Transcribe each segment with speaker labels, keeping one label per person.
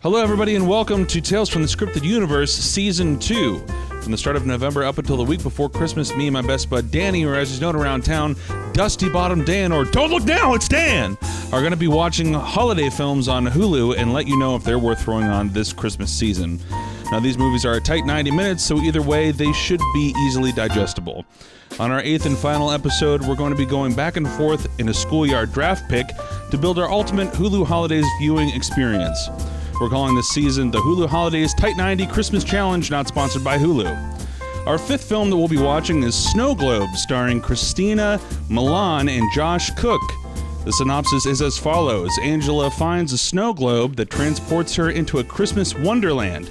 Speaker 1: Hello, everybody, and welcome to Tales from the Scripted Universe, Season 2. From the start of November up until the week before Christmas, me and my best bud Danny, or as he's known around town, Dusty Bottom Dan, or Don't Look Now, it's Dan, are going to be watching holiday films on Hulu and let you know if they're worth throwing on this Christmas season. Now, these movies are a tight 90 minutes, so either way, they should be easily digestible. On our eighth and final episode, we're going to be going back and forth in a schoolyard draft pick to build our ultimate Hulu Holidays viewing experience. We're calling this season the Hulu Holidays Tight 90 Christmas Challenge, not sponsored by Hulu. Our fifth film that we'll be watching is Snow Globe, starring Christina Milan and Josh Cook. The synopsis is as follows Angela finds a snow globe that transports her into a Christmas wonderland.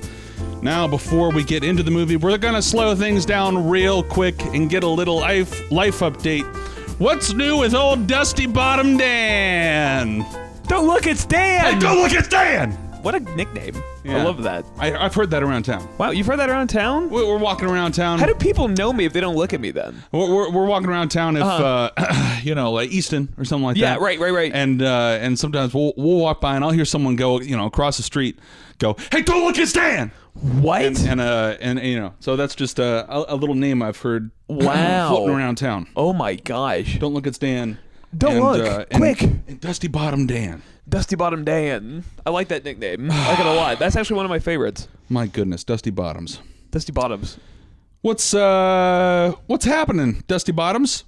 Speaker 1: Now, before we get into the movie, we're going to slow things down real quick and get a little life, life update. What's new with old Dusty Bottom Dan?
Speaker 2: Don't look, it's Dan.
Speaker 1: look at Dan!
Speaker 2: What a nickname!
Speaker 1: Yeah.
Speaker 2: I love that.
Speaker 1: I, I've heard that around town.
Speaker 2: Wow, you've heard that around town?
Speaker 1: We- We're walking around town.
Speaker 2: How do people know me if they don't look at me then?
Speaker 1: We're, we're, we're walking around town if uh you know like Easton or something like
Speaker 2: Uh-huh. Yeah,
Speaker 1: that.
Speaker 2: right, right, right.
Speaker 1: And uh, and sometimes we'll we'll walk by and I'll hear someone go you know across the street go hey don't look at Dan
Speaker 2: What?
Speaker 1: and uh and, you know so that's just uh, a, a little name I've heard
Speaker 2: Wow.
Speaker 1: floating around town.
Speaker 2: oh my gosh!
Speaker 1: Don't look at Dan.
Speaker 2: Don't
Speaker 1: and,
Speaker 2: look.
Speaker 1: uh, and-
Speaker 2: Quick.
Speaker 1: and Dusty Bottom Dan.
Speaker 2: Dusty Bottom Dan. I like that nickname. I like it a lot. That's actually one of my favorites.
Speaker 1: My goodness, Dusty Bottoms.
Speaker 2: Dusty Bottoms.
Speaker 1: What's uh what's happening, Dusty Bottoms?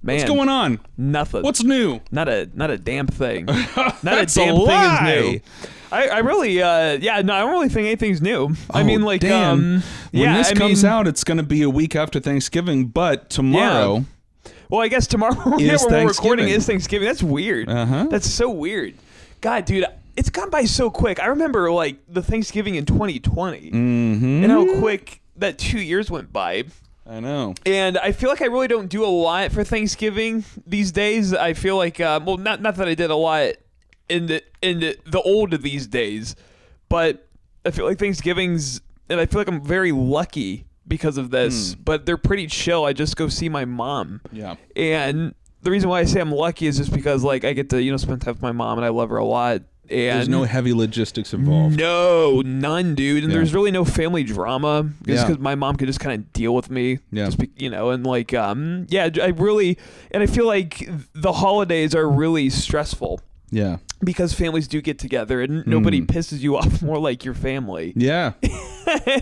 Speaker 2: Man,
Speaker 1: What's going on?
Speaker 2: Nothing.
Speaker 1: What's new?
Speaker 2: not a not a damn thing. Not
Speaker 1: That's a
Speaker 2: a damn
Speaker 1: lie.
Speaker 2: thing is new. I, I really uh yeah no I don't really think anything's new. I
Speaker 1: Oh,
Speaker 2: mean like
Speaker 1: Dan,
Speaker 2: um
Speaker 1: when
Speaker 2: yeah
Speaker 1: this
Speaker 2: I
Speaker 1: comes
Speaker 2: mean,
Speaker 1: out, it's going to be a week after Thanksgiving. But tomorrow,
Speaker 2: Well, I guess tomorrow yeah,
Speaker 1: Is
Speaker 2: when we're recording
Speaker 1: Thanksgiving.
Speaker 2: is Thanksgiving. That's weird.
Speaker 1: Uh-huh.
Speaker 2: That's so weird. God, dude, it's gone by so quick. I remember like the Thanksgiving in 2020
Speaker 1: Mm-hmm.
Speaker 2: and how quick that two years went by.
Speaker 1: I know.
Speaker 2: And I feel like I really don't do a lot for Thanksgiving these days. I feel like, uh, well, not not that I did a lot in the in the, the old of these days, but I feel like Thanksgivings, and I feel like I'm very lucky because of this.
Speaker 1: Hmm.
Speaker 2: But they're pretty chill. I just go see my mom.
Speaker 1: Yeah.
Speaker 2: And the reason why I say I'm lucky is just because like I get to you know spend time with my mom and I love her a lot. And
Speaker 1: There's no heavy logistics involved.
Speaker 2: no, none, dude. And
Speaker 1: Yeah.
Speaker 2: there's really no family drama just
Speaker 1: Yeah.
Speaker 2: because my mom could just kind of deal with me.
Speaker 1: Yeah.
Speaker 2: Just be, you know, and like, um, yeah, I really, and I feel like the holidays are really stressful
Speaker 1: Yeah.
Speaker 2: because families do get together and nobody
Speaker 1: Mm.
Speaker 2: pisses you off more like your family.
Speaker 1: Yeah.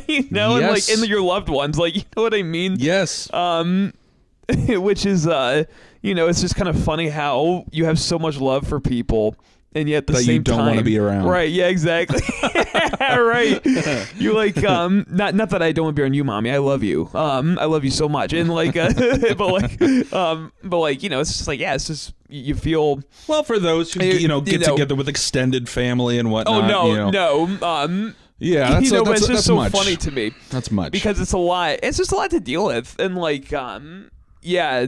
Speaker 2: you
Speaker 1: Yes.
Speaker 2: know, and like, and your loved ones. Like, you know what I mean?
Speaker 1: yes.
Speaker 2: Um, which is, uh, you know, it's just kind of funny how you have so much love for people. And yet, at the
Speaker 1: That you
Speaker 2: same
Speaker 1: don't
Speaker 2: time,
Speaker 1: wanna be around.
Speaker 2: Right? Yeah, exactly. right. You like um, not not that I don't want to be around you, mommy. I love you. Um, I love you so much. And like, uh, but like, um, but like, you know, it's just like, yeah, it's just you feel.
Speaker 1: well, for those who
Speaker 2: you-
Speaker 1: you know
Speaker 2: you
Speaker 1: get
Speaker 2: know-
Speaker 1: together with extended family and
Speaker 2: Oh
Speaker 1: whatnot.
Speaker 2: no,
Speaker 1: you know.
Speaker 2: no. Um,
Speaker 1: Yeah. That's
Speaker 2: you know,
Speaker 1: that's,
Speaker 2: but it's
Speaker 1: that's
Speaker 2: just so
Speaker 1: much.
Speaker 2: funny to me.
Speaker 1: that's much.
Speaker 2: because it's a lot it's just a lot to deal with and like um yeah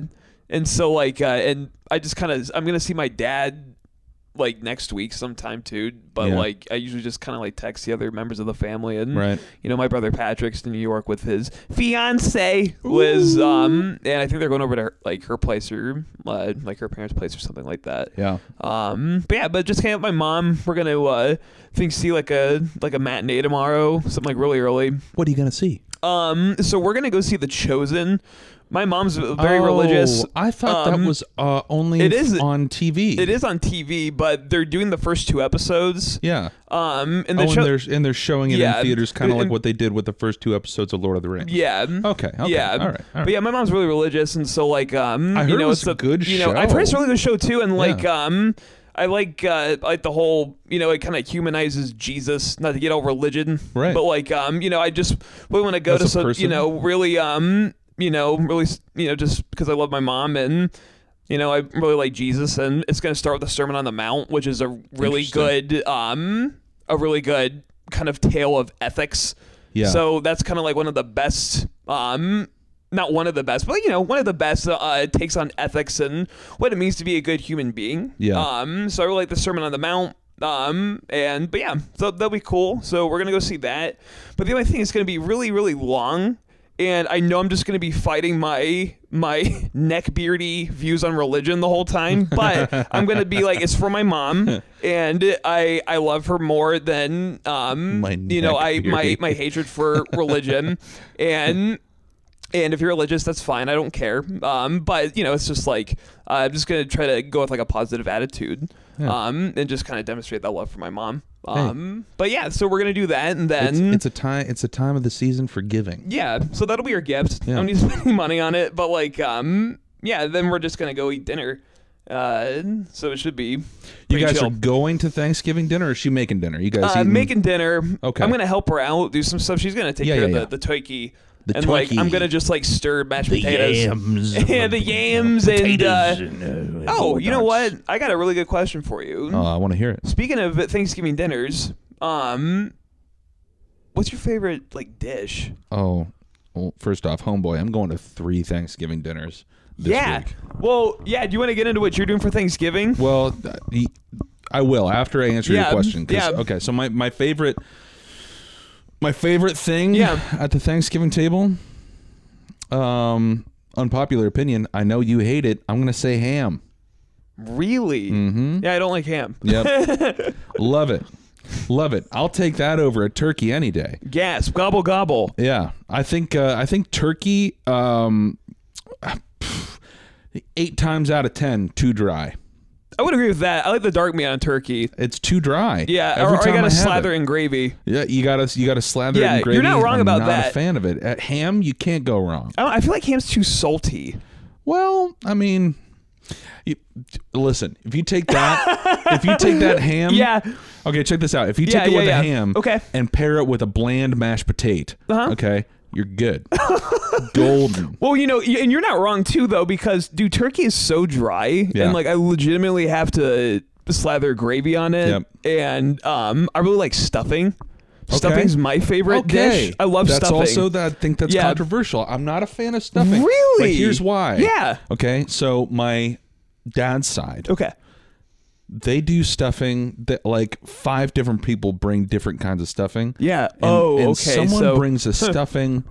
Speaker 2: and so like uh and i just kind of i'm gonna see my dad like next week sometime too but
Speaker 1: Yeah.
Speaker 2: like i usually just kind of like text the other members of the family and
Speaker 1: Right.
Speaker 2: you know my brother patrick's in new york with his fiance liz um and i think they're going over to her, like her place or uh, like her parents place or something like that
Speaker 1: yeah.
Speaker 2: um, but yeah, but just hang out with my mom. We're gonna uh, think see like a like a matinee tomorrow, something like really early.
Speaker 1: What are you gonna see?
Speaker 2: Um, so we're gonna go see The Chosen. My mom's very religious.
Speaker 1: Oh, I thought
Speaker 2: Um,
Speaker 1: that was uh, only
Speaker 2: it is-
Speaker 1: on TV.
Speaker 2: It is on TV, but they're doing the first two episodes.
Speaker 1: Yeah.
Speaker 2: Um, and the
Speaker 1: oh,
Speaker 2: show.
Speaker 1: and they're and they're showing it
Speaker 2: Yeah,
Speaker 1: in theaters, kind of like
Speaker 2: and-
Speaker 1: what they did with the first two episodes of Lord of the Rings.
Speaker 2: yeah.
Speaker 1: Okay, okay,
Speaker 2: Yeah.
Speaker 1: all right, all right.
Speaker 2: But yeah, my mom's really religious, and so like, um,
Speaker 1: I
Speaker 2: you
Speaker 1: heard it
Speaker 2: know,
Speaker 1: was
Speaker 2: it's
Speaker 1: a good
Speaker 2: You know, I've heard it's a
Speaker 1: show.
Speaker 2: really good show too, and like, um, I like uh, like the whole, you know, it kind of humanizes Jesus. Not to get all religion,
Speaker 1: Right.
Speaker 2: But like, um, you know, I just we want to go
Speaker 1: As a
Speaker 2: to some, you
Speaker 1: person?
Speaker 2: know, really, um, you know, really, s- you know, just because I love my mom and. You know, I really like Jesus, and it's going to start with the Sermon on the Mount, which is a really
Speaker 1: Interesting.
Speaker 2: good, um, a really good kind of tale of ethics.
Speaker 1: Yeah.
Speaker 2: So that's kind of like one of the best, um, not one of the best, but you know, one of the best uh, uh, takes on ethics and what it means to be a good human being.
Speaker 1: Yeah.
Speaker 2: Um, so I really like the Sermon on the Mount. Um, and but yeah, so that'll be cool. So we're gonna go see that. But the only thing it's gonna be really, really long. and I know I'm just going to be fighting my my neckbeardy views on religion the whole time, but I'm going to be like it's for my mom, and I I love her more than um
Speaker 1: My
Speaker 2: you know I my
Speaker 1: neckbeardy.
Speaker 2: my hatred for religion, and and if you're religious, that's fine. I don't care. Um, but you know, it's just like uh, I'm just gonna try to go with like a positive attitude, um, and just kind of demonstrate that love for my mom. Um, but yeah, so we're gonna do that, and then
Speaker 1: It's, it's a time. It's a time of the season for giving.
Speaker 2: yeah, so that'll be our gift.
Speaker 1: Yeah.
Speaker 2: I don't need to spend any money on it, but like, um, yeah, then we're just gonna go eat dinner. Uh, so it should be.
Speaker 1: You
Speaker 2: pretty
Speaker 1: guys
Speaker 2: chill.
Speaker 1: are going to Thanksgiving dinner. Or is she making dinner? You guys
Speaker 2: uh,
Speaker 1: eating?
Speaker 2: making dinner.
Speaker 1: Okay.
Speaker 2: I'm gonna help her out, do some stuff. She's gonna take
Speaker 1: Yeah,
Speaker 2: care
Speaker 1: yeah,
Speaker 2: of the the turkey.
Speaker 1: The
Speaker 2: and like, I'm
Speaker 1: turkey.
Speaker 2: gonna just like stir mashed
Speaker 3: the
Speaker 2: potatoes.
Speaker 3: yams.
Speaker 2: Yeah, the yams and, uh,
Speaker 3: potatoes and, uh,
Speaker 2: Oh, you know
Speaker 3: donuts.
Speaker 2: what? I got a really good question for you.
Speaker 1: Oh, I want to hear it.
Speaker 2: Speaking of Thanksgiving dinners, um, what's your favorite like dish?
Speaker 1: Oh, well, first off, homeboy, I'm going to three Thanksgiving dinners this
Speaker 2: yeah.
Speaker 1: week.
Speaker 2: Well, yeah. Do you want to get into what you're doing for Thanksgiving?
Speaker 1: Well, y- I will after I answer your
Speaker 2: Yeah,
Speaker 1: question. 'cause-
Speaker 2: yeah.
Speaker 1: Okay, so my, my favorite my favorite thing
Speaker 2: Yeah.
Speaker 1: at the Thanksgiving table, um, unpopular opinion. I know you hate it. I'm gonna say ham.
Speaker 2: Really? Mm-hmm. Yeah, I don't like ham.
Speaker 1: Yep, love it, love it. I'll take that over a turkey any day.
Speaker 2: Gasp! Gobble gobble.
Speaker 1: Yeah, I think uh, I think turkey. Um, eight times out of ten, too dry.
Speaker 2: I would agree with that. I like the dark meat on turkey.
Speaker 1: It's too dry.
Speaker 2: Yeah,
Speaker 1: Every
Speaker 2: or,
Speaker 1: time
Speaker 2: or I gotta
Speaker 1: have it.
Speaker 2: slather in gravy.
Speaker 1: Yeah, you gotta you gotta slather
Speaker 2: Yeah,
Speaker 1: it in gravy.
Speaker 2: you're not wrong
Speaker 1: I'm
Speaker 2: about
Speaker 1: not A
Speaker 2: that.
Speaker 1: fan of it. At ham, you can't go wrong.
Speaker 2: I, don't, I feel like ham's too salty.
Speaker 1: Well, I mean, you, listen. If you take that, if you take that ham,
Speaker 2: Yeah.
Speaker 1: Okay, check this out. If you
Speaker 2: Yeah,
Speaker 1: take it
Speaker 2: yeah,
Speaker 1: with
Speaker 2: yeah.
Speaker 1: a ham,
Speaker 2: Okay.
Speaker 1: and pair it with a bland mashed potato,
Speaker 2: Uh-huh.
Speaker 1: okay, you're good. Golden.
Speaker 2: Well, you know, y- and you're not wrong too, though, because dude, turkey is so dry,
Speaker 1: Yeah.
Speaker 2: and like I legitimately have to slather gravy on it.
Speaker 1: Yep.
Speaker 2: And um, I really like stuffing. Stuffing's my favorite
Speaker 1: Okay.
Speaker 2: dish. I love
Speaker 1: that's
Speaker 2: stuffing.
Speaker 1: also that. I think that's
Speaker 2: Yeah.
Speaker 1: controversial. I'm not a fan of stuffing.
Speaker 2: Really?
Speaker 1: But here's why.
Speaker 2: Yeah.
Speaker 1: Okay. So my dad's side.
Speaker 2: okay.
Speaker 1: they do stuffing that like five different people bring different kinds of stuffing.
Speaker 2: Yeah.
Speaker 1: And-
Speaker 2: Oh,
Speaker 1: and
Speaker 2: okay,
Speaker 1: Someone
Speaker 2: so-
Speaker 1: brings a stuffing.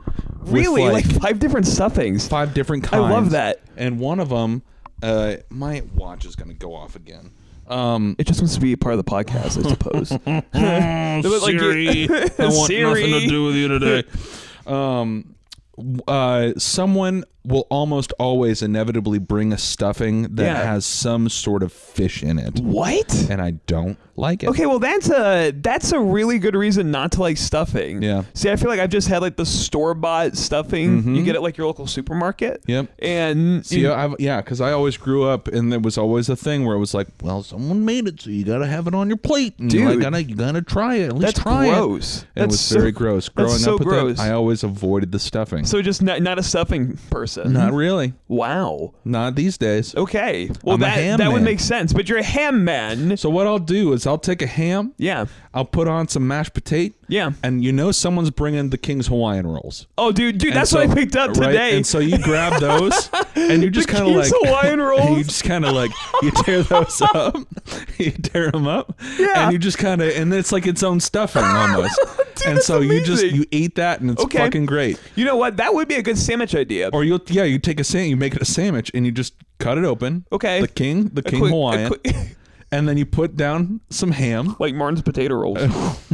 Speaker 1: with,
Speaker 2: Really, like,
Speaker 1: like,
Speaker 2: five different stuffings.
Speaker 1: five different
Speaker 2: I
Speaker 1: kinds.
Speaker 2: love that.
Speaker 1: And one of them, uh, my watch is gonna go off again. Um,
Speaker 2: It just wants to be part of the podcast, I suppose.
Speaker 1: oh,
Speaker 2: was like,
Speaker 1: Siri, I want nothing to
Speaker 2: Siri.
Speaker 1: do with you today. Um, w- uh, someone will almost always inevitably bring a stuffing that
Speaker 2: Yeah.
Speaker 1: has some sort of fish in it,
Speaker 2: what?
Speaker 1: and I don't like it.
Speaker 2: Okay, well that's a that's a really good reason not to like stuffing.
Speaker 1: Yeah. Mm-hmm.
Speaker 2: See, I feel like I've just had like the store bought stuffing. You get it like your local supermarket.
Speaker 1: Yep.
Speaker 2: And
Speaker 1: See, I've, yeah, because I always grew up, and there was always a thing where it was like, well, someone made it, so you gotta have it on your plate, and you like,
Speaker 2: Dude.
Speaker 1: gotta you gotta try it. At least
Speaker 2: That's
Speaker 1: try
Speaker 2: gross.
Speaker 1: it. And it
Speaker 2: That's
Speaker 1: was
Speaker 2: so-
Speaker 1: very gross.
Speaker 2: that's
Speaker 1: Growing
Speaker 2: so
Speaker 1: up with
Speaker 2: gross.
Speaker 1: it, I always avoided the stuffing.
Speaker 2: So just not, not a stuffing person.
Speaker 1: Not really.
Speaker 2: Wow.
Speaker 1: Not these days.
Speaker 2: Okay. Well,
Speaker 1: I'm a
Speaker 2: that
Speaker 1: ham
Speaker 2: that would
Speaker 1: man.
Speaker 2: make sense. But you're a ham man.
Speaker 1: So what I'll do is I'll take a ham,
Speaker 2: Yeah.
Speaker 1: I'll put on some mashed potato,
Speaker 2: Yeah.
Speaker 1: and you know someone's bringing the King's Hawaiian rolls.
Speaker 2: Oh, dude, dude,
Speaker 1: And
Speaker 2: that's
Speaker 1: so-
Speaker 2: what I picked up
Speaker 1: right?
Speaker 2: today.
Speaker 1: And so you grab those, and you're just
Speaker 2: The
Speaker 1: kind of like
Speaker 2: King's Hawaiian
Speaker 1: You
Speaker 2: rolls.
Speaker 1: just kind of like you tear those up, you tear them up,
Speaker 2: Yeah.
Speaker 1: and you just kind of and it's like its own stuffing almost. and
Speaker 2: that's
Speaker 1: so you just
Speaker 2: amazing.
Speaker 1: you eat that, and it's
Speaker 2: Okay.
Speaker 1: fucking great.
Speaker 2: you know what? That would be a good sandwich idea.
Speaker 1: Or you yeah, you take a sandwich, you make it a sandwich, and you just cut it open.
Speaker 2: Okay.
Speaker 1: the king, the
Speaker 2: A
Speaker 1: king
Speaker 2: quick- a
Speaker 1: Hawaiian,
Speaker 2: quick-
Speaker 1: and then you put down some ham.
Speaker 2: like Martin's potato rolls.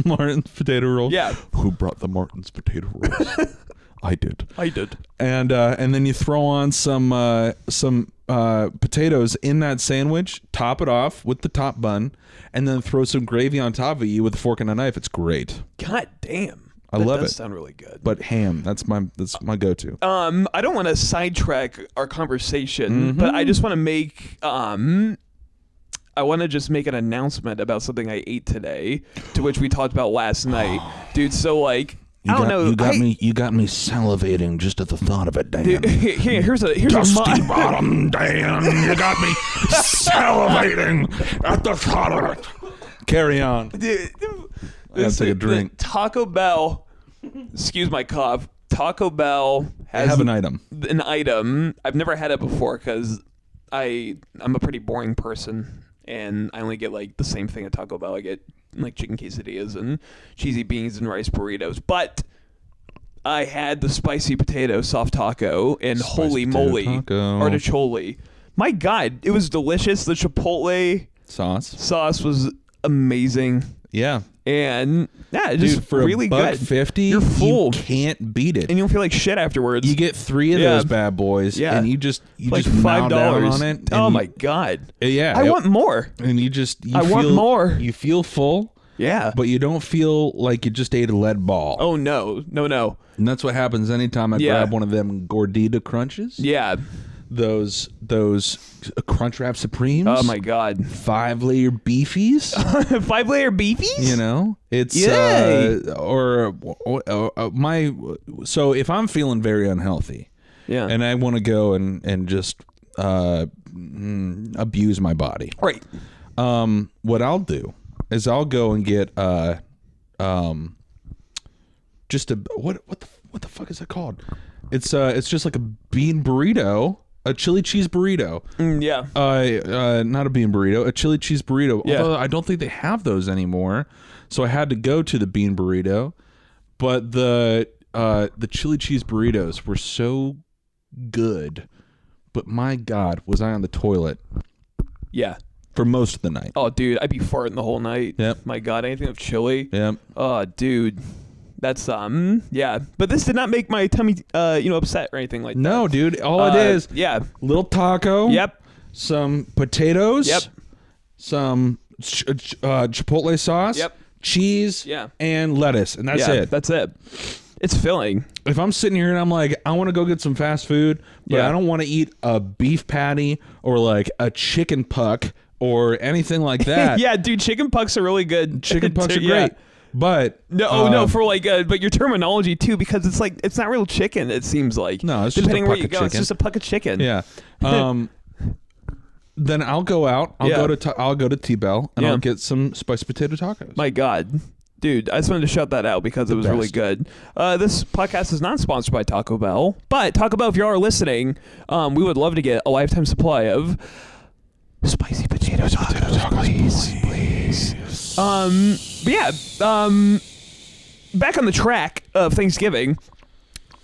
Speaker 1: Martin's potato rolls.
Speaker 2: Yeah.
Speaker 1: Who brought the Martin's potato rolls? I did.
Speaker 2: I did.
Speaker 1: and uh, and then you throw on some uh, some uh, potatoes in that sandwich, top it off with the top bun, and then throw some gravy on top of you with a fork and a knife. It's great.
Speaker 2: God damn.
Speaker 1: I
Speaker 2: that
Speaker 1: love
Speaker 2: does
Speaker 1: it.
Speaker 2: Sound really good.
Speaker 1: But ham, that's my that's my go-to.
Speaker 2: um, I don't want to sidetrack our conversation,
Speaker 1: Mm-hmm.
Speaker 2: but I just want to make um, I want to just make an announcement about something I ate today, to which we talked about last night, dude. So like,
Speaker 3: You
Speaker 2: I don't
Speaker 3: got,
Speaker 2: know.
Speaker 3: You got
Speaker 2: I-
Speaker 3: me. You got me salivating just at the thought of it, Dan.
Speaker 2: Dude, here- here's a here's a
Speaker 3: Dusty
Speaker 2: mo-
Speaker 3: bottom, Dan. You got me salivating at the thought of it.
Speaker 1: Carry on.
Speaker 2: dude,
Speaker 1: gotta
Speaker 2: this-
Speaker 1: take a
Speaker 2: the
Speaker 1: drink.
Speaker 2: Taco Bell. Excuse my cough. Taco Bell has
Speaker 1: Have an item.
Speaker 2: an item. I've never had it before because I I'm a pretty boring person, and I only get like the same thing at Taco Bell. I get like chicken quesadillas and cheesy beans and rice burritos. But I had the spicy potato soft taco and holy
Speaker 1: potato
Speaker 2: moly,
Speaker 1: taco.
Speaker 2: articholi. My God, it was delicious. The chipotle
Speaker 1: Sauce.
Speaker 2: sauce was amazing,
Speaker 1: Yeah.
Speaker 2: and yeah, it just
Speaker 1: Dude, for
Speaker 2: really
Speaker 1: a buck
Speaker 2: good.
Speaker 1: 50,
Speaker 2: You're
Speaker 1: you
Speaker 2: full,
Speaker 1: can't beat it.
Speaker 2: and you don't feel like shit afterwards.
Speaker 1: you get three of
Speaker 2: Yeah.
Speaker 1: those bad boys,
Speaker 2: Yeah.
Speaker 1: and you just you
Speaker 2: like
Speaker 1: just
Speaker 2: five dollars
Speaker 1: on it. and
Speaker 2: Oh
Speaker 1: you-
Speaker 2: my God,
Speaker 1: Yeah,
Speaker 2: I
Speaker 1: it-
Speaker 2: want more.
Speaker 1: and you just you
Speaker 2: I
Speaker 1: feel,
Speaker 2: want more.
Speaker 1: You feel full,
Speaker 2: Yeah.
Speaker 1: but you don't feel like you just ate a lead ball.
Speaker 2: oh no, no, no.
Speaker 1: And that's what happens anytime I
Speaker 2: Yeah.
Speaker 1: grab one of them gordita crunches.
Speaker 2: Yeah.
Speaker 1: Those those crunch wrap supremes.
Speaker 2: Oh my God.
Speaker 1: Five layer beefies.
Speaker 2: Five layer beefies.
Speaker 1: You know, it's
Speaker 2: Yay.
Speaker 1: uh, or, or, or uh, my. So if I'm feeling very unhealthy,
Speaker 2: Yeah.
Speaker 1: and I want to go and and just uh, mm, abuse my body,
Speaker 2: right.
Speaker 1: um, what I'll do is I'll go and get uh, um, just a what what the what the fuck is it called? It's uh, it's just like a bean burrito, a chili cheese burrito.
Speaker 2: Mm, yeah.
Speaker 1: Uh, uh, not a bean burrito, a chili cheese burrito.
Speaker 2: Yeah.
Speaker 1: Although I don't think they have those anymore, so I had to go to the bean burrito. But the uh, the chili cheese burritos were so good. But my God, was I on the toilet
Speaker 2: Yeah.
Speaker 1: for most of the night?
Speaker 2: Oh, dude, I'd be farting the whole night.
Speaker 1: Yep.
Speaker 2: My God, anything with chili.
Speaker 1: Yep.
Speaker 2: Oh, dude, that's um, yeah. But this did not make my tummy, uh, you know, upset or anything like
Speaker 1: No, dude. All
Speaker 2: that.
Speaker 1: it
Speaker 2: Uh,
Speaker 1: is
Speaker 2: Yeah.
Speaker 1: little taco.
Speaker 2: Yep.
Speaker 1: Some potatoes.
Speaker 2: Yep.
Speaker 1: Some ch- ch- uh, chipotle sauce.
Speaker 2: Yep.
Speaker 1: Cheese.
Speaker 2: Yeah.
Speaker 1: And lettuce, and that's
Speaker 2: yeah.
Speaker 1: it.
Speaker 2: That's it. It's filling.
Speaker 1: if I'm sitting here and I'm like, I want to go get some fast food, but
Speaker 2: Yeah.
Speaker 1: I don't want to eat a beef patty or like a chicken puck or anything like that.
Speaker 2: yeah, dude, chicken pucks are really good.
Speaker 1: Chicken pucks are
Speaker 2: Yeah.
Speaker 1: great. But
Speaker 2: No, oh,
Speaker 1: uh,
Speaker 2: no, for like, uh, but your terminology too, because it's like it's not real chicken. It seems like
Speaker 1: No, it's just a
Speaker 2: depending where
Speaker 1: puck
Speaker 2: you
Speaker 1: of
Speaker 2: go, it's
Speaker 1: chicken.
Speaker 2: just a puck of chicken.
Speaker 1: Yeah. Um, then I'll go out. I'll
Speaker 2: Yeah.
Speaker 1: go to t- I'll go to T Bell and
Speaker 2: Yeah.
Speaker 1: I'll get some spiced potato tacos.
Speaker 2: My God. Dude, I just wanted to shout that out because it was really
Speaker 1: best.
Speaker 2: good. Uh, this podcast is not sponsored by Taco Bell, but Taco Bell, if you are listening, um, we would love to get a lifetime supply of spicy potato tacos, please, please. Um, but yeah, um, back on the track of Thanksgiving.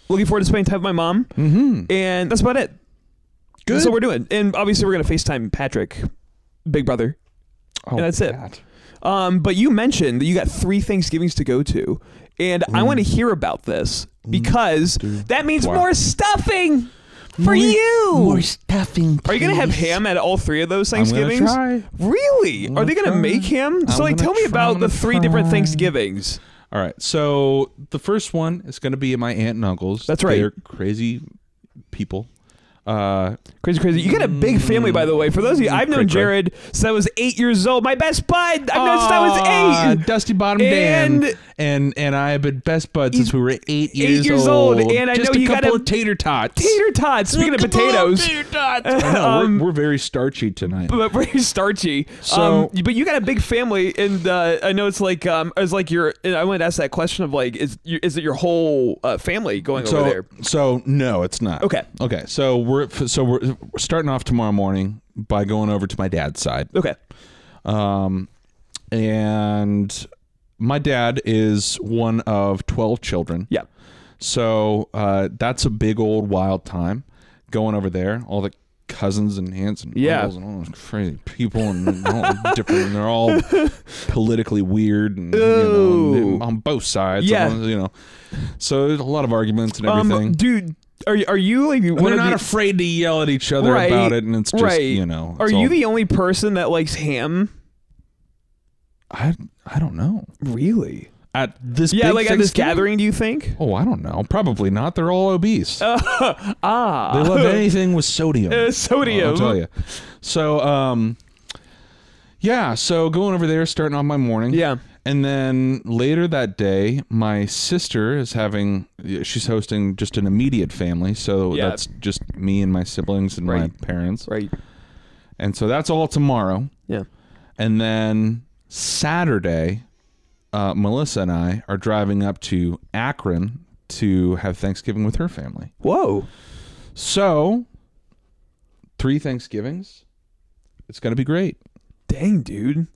Speaker 2: Looking forward to spending time with my mom, mm-hmm. and that's about it.
Speaker 1: Good.
Speaker 2: That's what we're doing, and obviously we're gonna Facetime Patrick, Big Brother,
Speaker 1: Oh,
Speaker 2: and that's it.
Speaker 1: God.
Speaker 2: um, but you mentioned that you got three Thanksgivings to go to, and I want to hear about this because that means
Speaker 1: Mm. Wow.
Speaker 2: more stuffing for you.
Speaker 1: stuffing.
Speaker 2: Are you gonna have ham at all three of those Thanksgivings?
Speaker 1: try.
Speaker 2: Really? Are they gonna
Speaker 1: try.
Speaker 2: make ham?
Speaker 1: I'm
Speaker 2: So like,
Speaker 1: gonna
Speaker 2: tell me
Speaker 1: try,
Speaker 2: about
Speaker 1: I'm
Speaker 2: the
Speaker 1: gonna
Speaker 2: three different
Speaker 1: try.
Speaker 2: Thanksgivings.
Speaker 1: All right. So the first one is going to be at my aunt and uncle's.
Speaker 2: That's right.
Speaker 1: They're crazy people. Uh,
Speaker 2: Crazy, crazy. You got a big family, by the way. For those of you, I've known
Speaker 1: Cray, cray.
Speaker 2: Jared since I was eight years old. My best bud. I've known since I
Speaker 1: Ah,
Speaker 2: was eight.
Speaker 1: Dusty Bottom Dan
Speaker 2: And-
Speaker 1: and and I have been best buds since we were eight years,
Speaker 2: years
Speaker 1: old.
Speaker 2: old, and I
Speaker 1: just
Speaker 2: know
Speaker 1: a
Speaker 2: you
Speaker 1: couple
Speaker 2: gotta-
Speaker 1: of tater tots.
Speaker 2: Tater tots. Speaking of potatoes,
Speaker 1: I know,
Speaker 2: Um,
Speaker 1: we're, we're very starchy tonight.
Speaker 2: but very starchy.
Speaker 1: So-
Speaker 2: um, but you got a big family, and uh, I know it's like um, it's like your. And I wanted to ask that question of like, is you, is it your whole uh, family going
Speaker 1: So
Speaker 2: over there?
Speaker 1: so no, it's not.
Speaker 2: Okay.
Speaker 1: Okay. So we're so we're, we're starting off tomorrow morning by going over to my dad's side.
Speaker 2: Okay,
Speaker 1: Um, and my dad is one of 12 children.
Speaker 2: yeah,
Speaker 1: So uh, that's a big old wild time going over there. All the cousins and aunts and
Speaker 2: Yeah.
Speaker 1: uncles and all those crazy people and all different. And they're all politically weird and you know,
Speaker 2: Ooh.
Speaker 1: and on both sides.
Speaker 2: Yeah.
Speaker 1: and, you know. So there's a lot of arguments and
Speaker 2: um,
Speaker 1: everything.
Speaker 2: dude, are you- are you like one
Speaker 1: we're
Speaker 2: of
Speaker 1: not
Speaker 2: the,
Speaker 1: afraid to yell at each other
Speaker 2: Right,
Speaker 1: about it, and it's just
Speaker 2: right.
Speaker 1: you know.
Speaker 2: Are
Speaker 1: it's
Speaker 2: you
Speaker 1: all-
Speaker 2: the only person that likes ham?
Speaker 1: I I don't know.
Speaker 2: Really?
Speaker 1: At this
Speaker 2: Yeah,
Speaker 1: big
Speaker 2: like at this
Speaker 1: Thanksgiving?
Speaker 2: gathering, do you think?
Speaker 1: Oh, I don't know. Probably not. They're all obese.
Speaker 2: Ah,
Speaker 1: they love anything with sodium.
Speaker 2: uh, sodium.
Speaker 1: I'll tell you. So, um, yeah. So going over there, starting on my morning.
Speaker 2: Yeah.
Speaker 1: And then later that day, my sister is having. She's hosting just an immediate family, so
Speaker 2: Yeah.
Speaker 1: that's just me and my siblings and
Speaker 2: Right.
Speaker 1: my parents.
Speaker 2: Right.
Speaker 1: And so that's all tomorrow.
Speaker 2: Yeah.
Speaker 1: And then Saturday, uh, Melissa and I are driving up to Akron to have Thanksgiving with her family.
Speaker 2: Whoa.
Speaker 1: So, three Thanksgivings. It's going to be great.
Speaker 2: Dang, dude.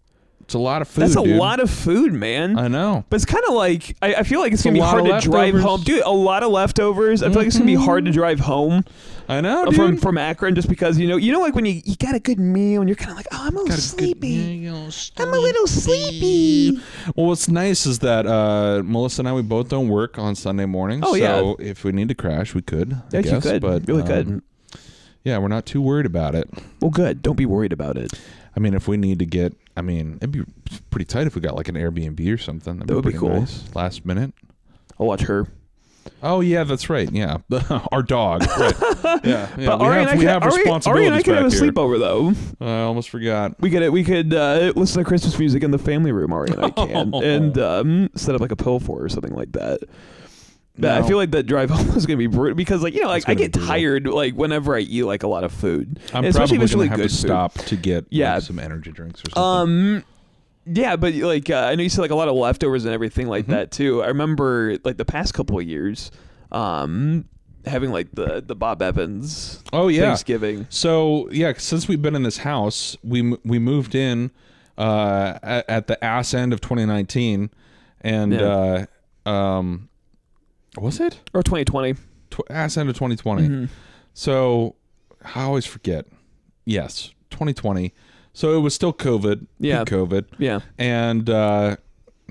Speaker 1: It's a lot of food.
Speaker 2: That's a
Speaker 1: dude.
Speaker 2: lot of food, man.
Speaker 1: I know.
Speaker 2: But it's kind of like I, I feel like it's
Speaker 1: a
Speaker 2: gonna be
Speaker 1: lot
Speaker 2: hard to
Speaker 1: of
Speaker 2: drive
Speaker 1: leftovers.
Speaker 2: home, dude. A lot of leftovers. I feel like it's gonna be hard to drive home
Speaker 1: I know, Oh, dude.
Speaker 2: from from Akron just because you know you know like when you, you got a good meal and you're kind of like oh I'm a little
Speaker 1: Got a good-
Speaker 2: sleepy.
Speaker 1: Yeah, you're
Speaker 2: I'm a little sleepy.
Speaker 1: Well, what's nice is that uh, Melissa and I we both don't work on Sunday mornings.
Speaker 2: Oh,
Speaker 1: so
Speaker 2: yeah.
Speaker 1: if we need to crash, we could. I
Speaker 2: Yes, you
Speaker 1: guess,
Speaker 2: could.
Speaker 1: But
Speaker 2: Really
Speaker 1: um,
Speaker 2: could.
Speaker 1: Yeah, we're not too worried about it.
Speaker 2: Well, good. Don't be worried about it.
Speaker 1: I mean, if we need to get, I mean, it'd be pretty tight if we got like an Airbnb or something. That'd
Speaker 2: That would be
Speaker 1: pretty
Speaker 2: cool.
Speaker 1: nice. Last minute.
Speaker 2: I'll watch her.
Speaker 1: Oh yeah, that's right. Yeah, our dog. Right. yeah, yeah.
Speaker 2: but
Speaker 1: we
Speaker 2: Ari and I
Speaker 1: have, we
Speaker 2: could,
Speaker 1: have
Speaker 2: Ari- Ari
Speaker 1: responsibilities
Speaker 2: and I could
Speaker 1: back
Speaker 2: have a
Speaker 1: here.
Speaker 2: sleepover though.
Speaker 1: I almost forgot.
Speaker 2: We could we could uh, listen to Christmas music in the family room, Ari and I can, and um, set up like a pillow fort or something like that. But
Speaker 1: No.
Speaker 2: I feel like that drive home is gonna be brutal because like you know
Speaker 1: It's
Speaker 2: like I
Speaker 1: gonna be
Speaker 2: get
Speaker 1: brutal.
Speaker 2: tired like whenever I eat like a lot of food,
Speaker 1: I'm
Speaker 2: And especially if
Speaker 1: probably
Speaker 2: it's really
Speaker 1: gonna have
Speaker 2: good
Speaker 1: to
Speaker 2: food.
Speaker 1: stop to get
Speaker 2: Yeah.
Speaker 1: like, some energy drinks or something.
Speaker 2: Um, yeah, but like uh, I know you said like a lot of leftovers and everything
Speaker 1: Mm-hmm.
Speaker 2: like that too. I remember like the past couple of years, um, having like the the Bob Evans
Speaker 1: oh yeah,
Speaker 2: Thanksgiving.
Speaker 1: So yeah, since we've been in this house, we m- we moved in uh, at, at the ass end of 2019, and
Speaker 2: Yeah.
Speaker 1: uh, um, was it
Speaker 2: or 2020.
Speaker 1: Tw- ass end of 2020?
Speaker 2: Mm-hmm.
Speaker 1: So I always forget. Yes, 2020. So it was still COVID. peak
Speaker 2: Yeah.
Speaker 1: COVID.
Speaker 2: Yeah.
Speaker 1: and uh,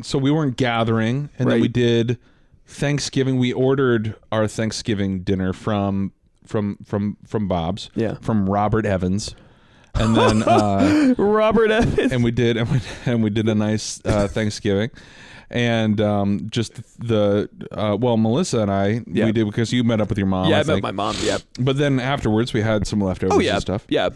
Speaker 1: so we weren't gathering and then we
Speaker 2: Right.
Speaker 1: did thanksgiving we ordered our thanksgiving dinner from from from from bob's
Speaker 2: Yeah.
Speaker 1: from robert evans and then uh,
Speaker 2: Robert Evans.
Speaker 1: and we did and we, and we did a nice uh, thanksgiving and um, just the uh, well melissa and i
Speaker 2: Yeah.
Speaker 1: we did because you met up with your mom
Speaker 2: yeah,
Speaker 1: I
Speaker 2: I met
Speaker 1: think.
Speaker 2: my mom. Yeah.
Speaker 1: but then afterwards we had some leftovers
Speaker 2: Oh yeah.
Speaker 1: and stuff
Speaker 2: Yeah.